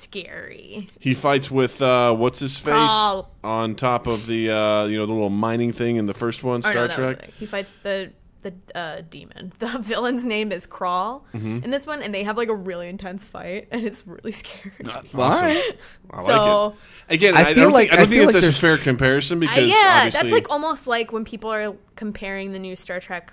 scary. He fights with uh, what's his face Carl. on top of the uh, you know the little mining thing in the first one, Or Star Oh, no, that was Trek. it. he fights the the uh, demon. The villain's name is Crawl Mm-hmm. in this one, and they have like a really intense fight, and it's really scary. Uh, well, all right. I So- like it. Again, I, I I feel don't like- think, I I don't feel think like that that's there's- a fair comparison Uh, because yeah, obviously that's like almost like when people are comparing the new Star Trek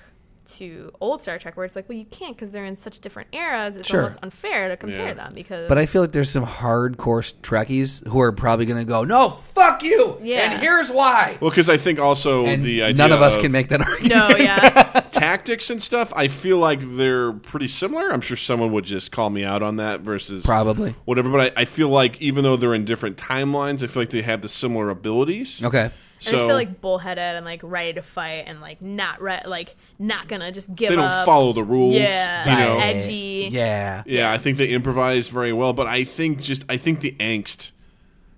to old Star Trek, where it's like, well, you can't because they're in such different eras. It's Sure. almost unfair to compare Yeah. them because. But I feel like there's some hardcore Trekkies who are probably going to go, no, fuck you. Yeah. And here's why. well because I think also And the idea none of us can make that argument. no, yeah, tactics and stuff. I feel like they're pretty similar. I'm sure someone would just call me out on that versus Probably. whatever. But I, I feel like even though they're in different timelines, I feel like they have the similar abilities. Okay. and they're So still like bullheaded and like ready to fight and like not re- like not gonna just give they don't up. follow the rules. Yeah. you know? Right. Edgy. Yeah. Yeah, I think they improvise very well, but I think just I think the angst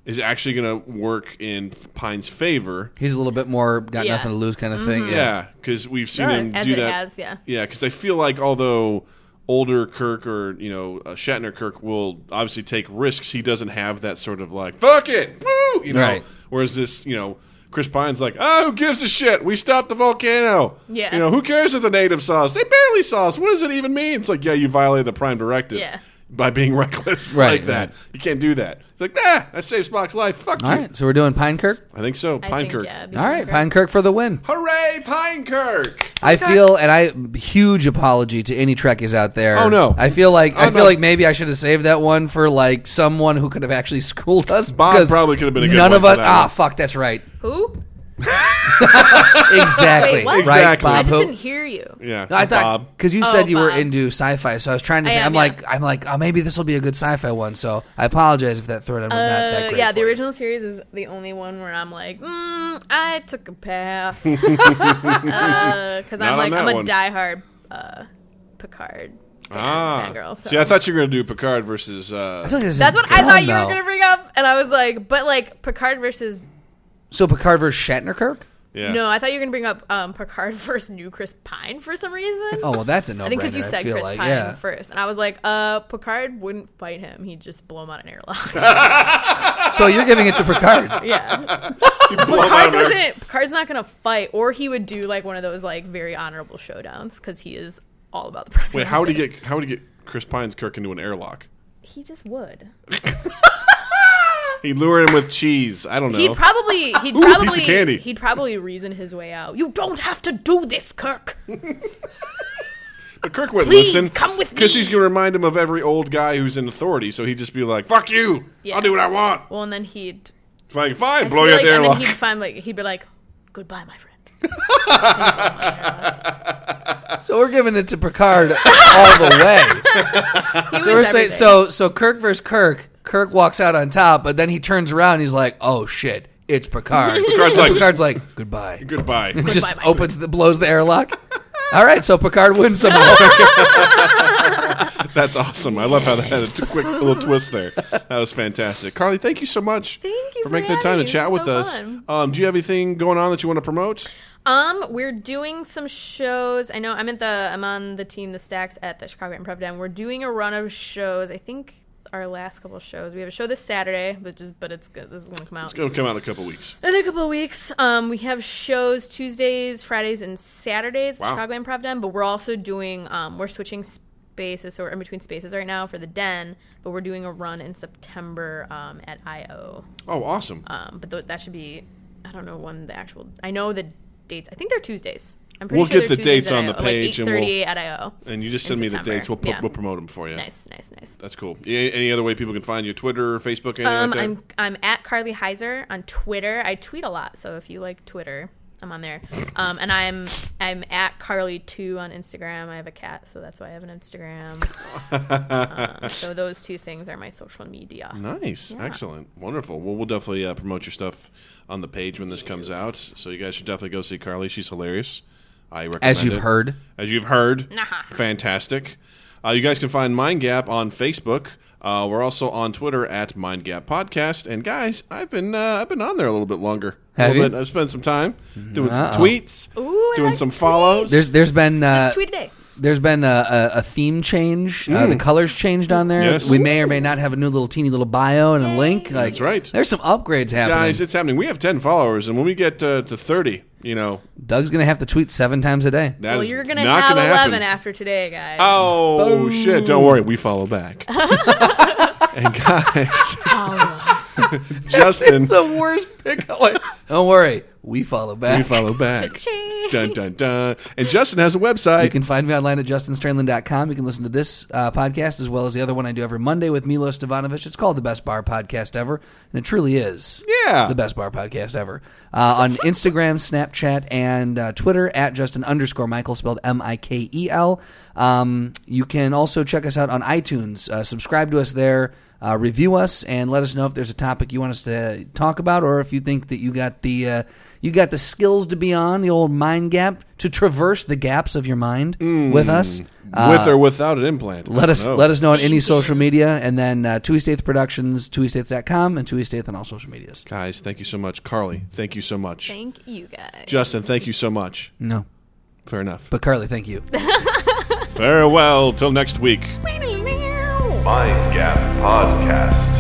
is actually going to work in Pine's favor. He's a little bit more got Yeah. Mm-hmm. nothing to lose kind of thing. Yeah, because we've seen him As do it that. has, yeah. yeah. Because I feel like although older Kirk or you know uh, Shatner Kirk will obviously take risks, he doesn't have that sort of like fuck it, woo, you know. Right. Whereas this, you know. Chris Pine's like, oh, who gives a shit? We stopped the volcano. Yeah. You know, who cares if the native saw us? They barely saw us. What does it even mean? It's like, yeah, you violated the prime directive Yeah. by being reckless Right, like that. right. You can't do that. It's like, nah, that saves Spock's life. Fuck All you. right. So we're doing Pinekirk. I think so. I think, Pinekirk. yeah, All right. Pinekirk. Pinekirk for the win. Hooray, Pinekirk! I feel, and I huge apology to any Trekkies out there. Oh, no. I feel like I Oh, feel no. like maybe I should have saved that one for like someone who could have actually schooled us. Bob because probably could have been a good none one of for us. that Ah, one. fuck, that's right. Who? Exactly. Wait, what? Right, Exactly. Bob I just Hope? didn't hear you. Yeah. No, I thought Bob. because you Oh, said you were Bob. into sci-fi, so I was trying to. I think. am, I'm like, yeah. I'm like, oh, maybe this will be a good sci-fi one. So I apologize if that third one was not that Uh, great. yeah, the for you. original series is the only one where I'm like, mm, I took a pass because on I'm like that I'm a one. diehard uh, Picard fan, Ah. fangirl. So. See, I thought you were going to do Picard versus. I Uh, feel like this is that's what I dumb, thought you though. were gonna bring up, and I was like, but like Picard versus So Picard versus Shatner Kirk. yeah. no, I thought you were gonna bring up um, Picard versus new Chris Pine for some reason. Oh well, that's a no. I think because you said feel Chris like. Pine yeah. first, and I was like, uh, Picard wouldn't fight him; he'd just blow him out an airlock. So you're giving it to Picard. Yeah. Blow him out Picard of there. doesn't. Picard's not gonna fight, or he would do like one of those like very honorable showdowns because he is all about the. Prime Wait, how would he get? How would he get Chris Pine's Kirk into an airlock? He just would. He lure him with cheese. I don't know. He'd probably. He'd piece of probably. candy. He'd probably reason his way out. You don't have to do this, Kirk. But Kirk wouldn't Please, listen. come with Because me. he's going to remind him of every old guy who's in authority. So he'd just be like, fuck you. Yeah. I'll do what I want. Well, and then he'd Fine, fine. I blow feel your like, there and then airlock. he'd find like he'd be like, "Goodbye, my friend." So we're giving it to Picard all the way. He So we're wins saying everything. so so Kirk versus Kirk. Kirk walks out on top, but then he turns around and he's like, "Oh shit, it's Picard." Picard's And like- Picard's like, "Goodbye." Goodbye. And just my opens the blows the airlock. All right, so Picard wins some more. That's awesome. I love how that had a t- quick little twist there. That was fantastic. Carly, thank you so much Thank you for for making the having time me. to This chat is with so us. fun. Um, do you have anything going on that you want to promote? Um, we're doing some shows. I know I'm at the I'm on the team the stacks at the Chicago Improv Down. We're doing a run of shows. I think our last couple shows. We have a show this Saturday, which is but it's good. This is gonna come out It's going to come out in a couple weeks. in a couple of weeks. Um, we have shows Tuesdays, Fridays, and Saturdays. at Wow. Chicago Improv Den, but we're also doing um, we're switching spaces, so we're in between spaces right now for the Den. But we're doing a run in September um, at IO. Oh, awesome. Um, but th- that should be I don't know when the actual I know the dates. I think they're Tuesdays. I'm pretty We'll sure get they're the Tuesdays dates at on the IO, page and like we'll- 8:30 at IO. and you just send in me the September. dates. We'll, pro- Yeah. we'll promote them for you. Nice, nice, nice. That's cool. Any, any other way people can find you? Twitter, Facebook, anything Um, like that? I'm I'm at Carly Heiser on Twitter. I tweet a lot, so if you like Twitter, I'm on there. Um, and I'm I'm at Carly two on Instagram. I have a cat, so that's why I have an Instagram. um, so those two things are my social media. Nice, excellent, wonderful. Well, we'll definitely uh, promote your stuff on the page when this comes out. So you guys should definitely go see Carly. She's hilarious. I recommend As you've it. heard. as you've heard, Nah. fantastic. Uh, you guys can find Mind Gap on Facebook. Uh, we're also on Twitter at Mind Gap Podcast. And guys, I've been uh, I've been on there a little bit longer. A Have little you? Bit, I've spent some time doing Uh-oh. some tweets, Ooh, I doing like some follows. There's there's been uh, Just tweet a day. There's been a, a, a theme change. Uh, the colors changed on there. Mm. Yes. We may or may not have a new little teeny little bio and a link. Like, That's right. There's some upgrades happening. guys, it's happening. We have ten followers, and when we get uh, to thirty, you know Doug's gonna have to tweet seven times a day. that Well, is you're gonna not have gonna happen. eleven after today, guys. Oh shit! Don't worry, we follow back. and guys, Justin, The worst pickup. Like, Don't worry, we follow we back. follow back. Cha-ching. Dun dun dun. And Justin has a website. You can find me online at justinstrandland.com. You can listen to this uh, podcast as well as the other one I do every Monday with Milo Stevanovic. It's called the Best Bar Podcast Ever, and it truly is. Yeah. the best bar podcast ever. Uh, on Instagram, Snapchat, and uh, Twitter at Justin underscore Michael, spelled M I K E L. Um, you can also check us out on iTunes. Uh, subscribe to us there. Uh, review us and let us know if there's a topic you want us to talk about, or if you think that you got the uh, you got the skills to be on the old mind gap to traverse the gaps of your mind with us. Uh, Mm. with or without an implant. I let don't us know. let us know on any Thank social you. media, and then uh, Tui Staith Productions, TuiStaith.com, and Tui Staith on all social medias. Guys, thank you so much. Carly, thank you so much. Thank you, guys. Justin, thank you so much. No, Fair enough. but Carly, thank you. Farewell till next week. Mind Gap Podcast.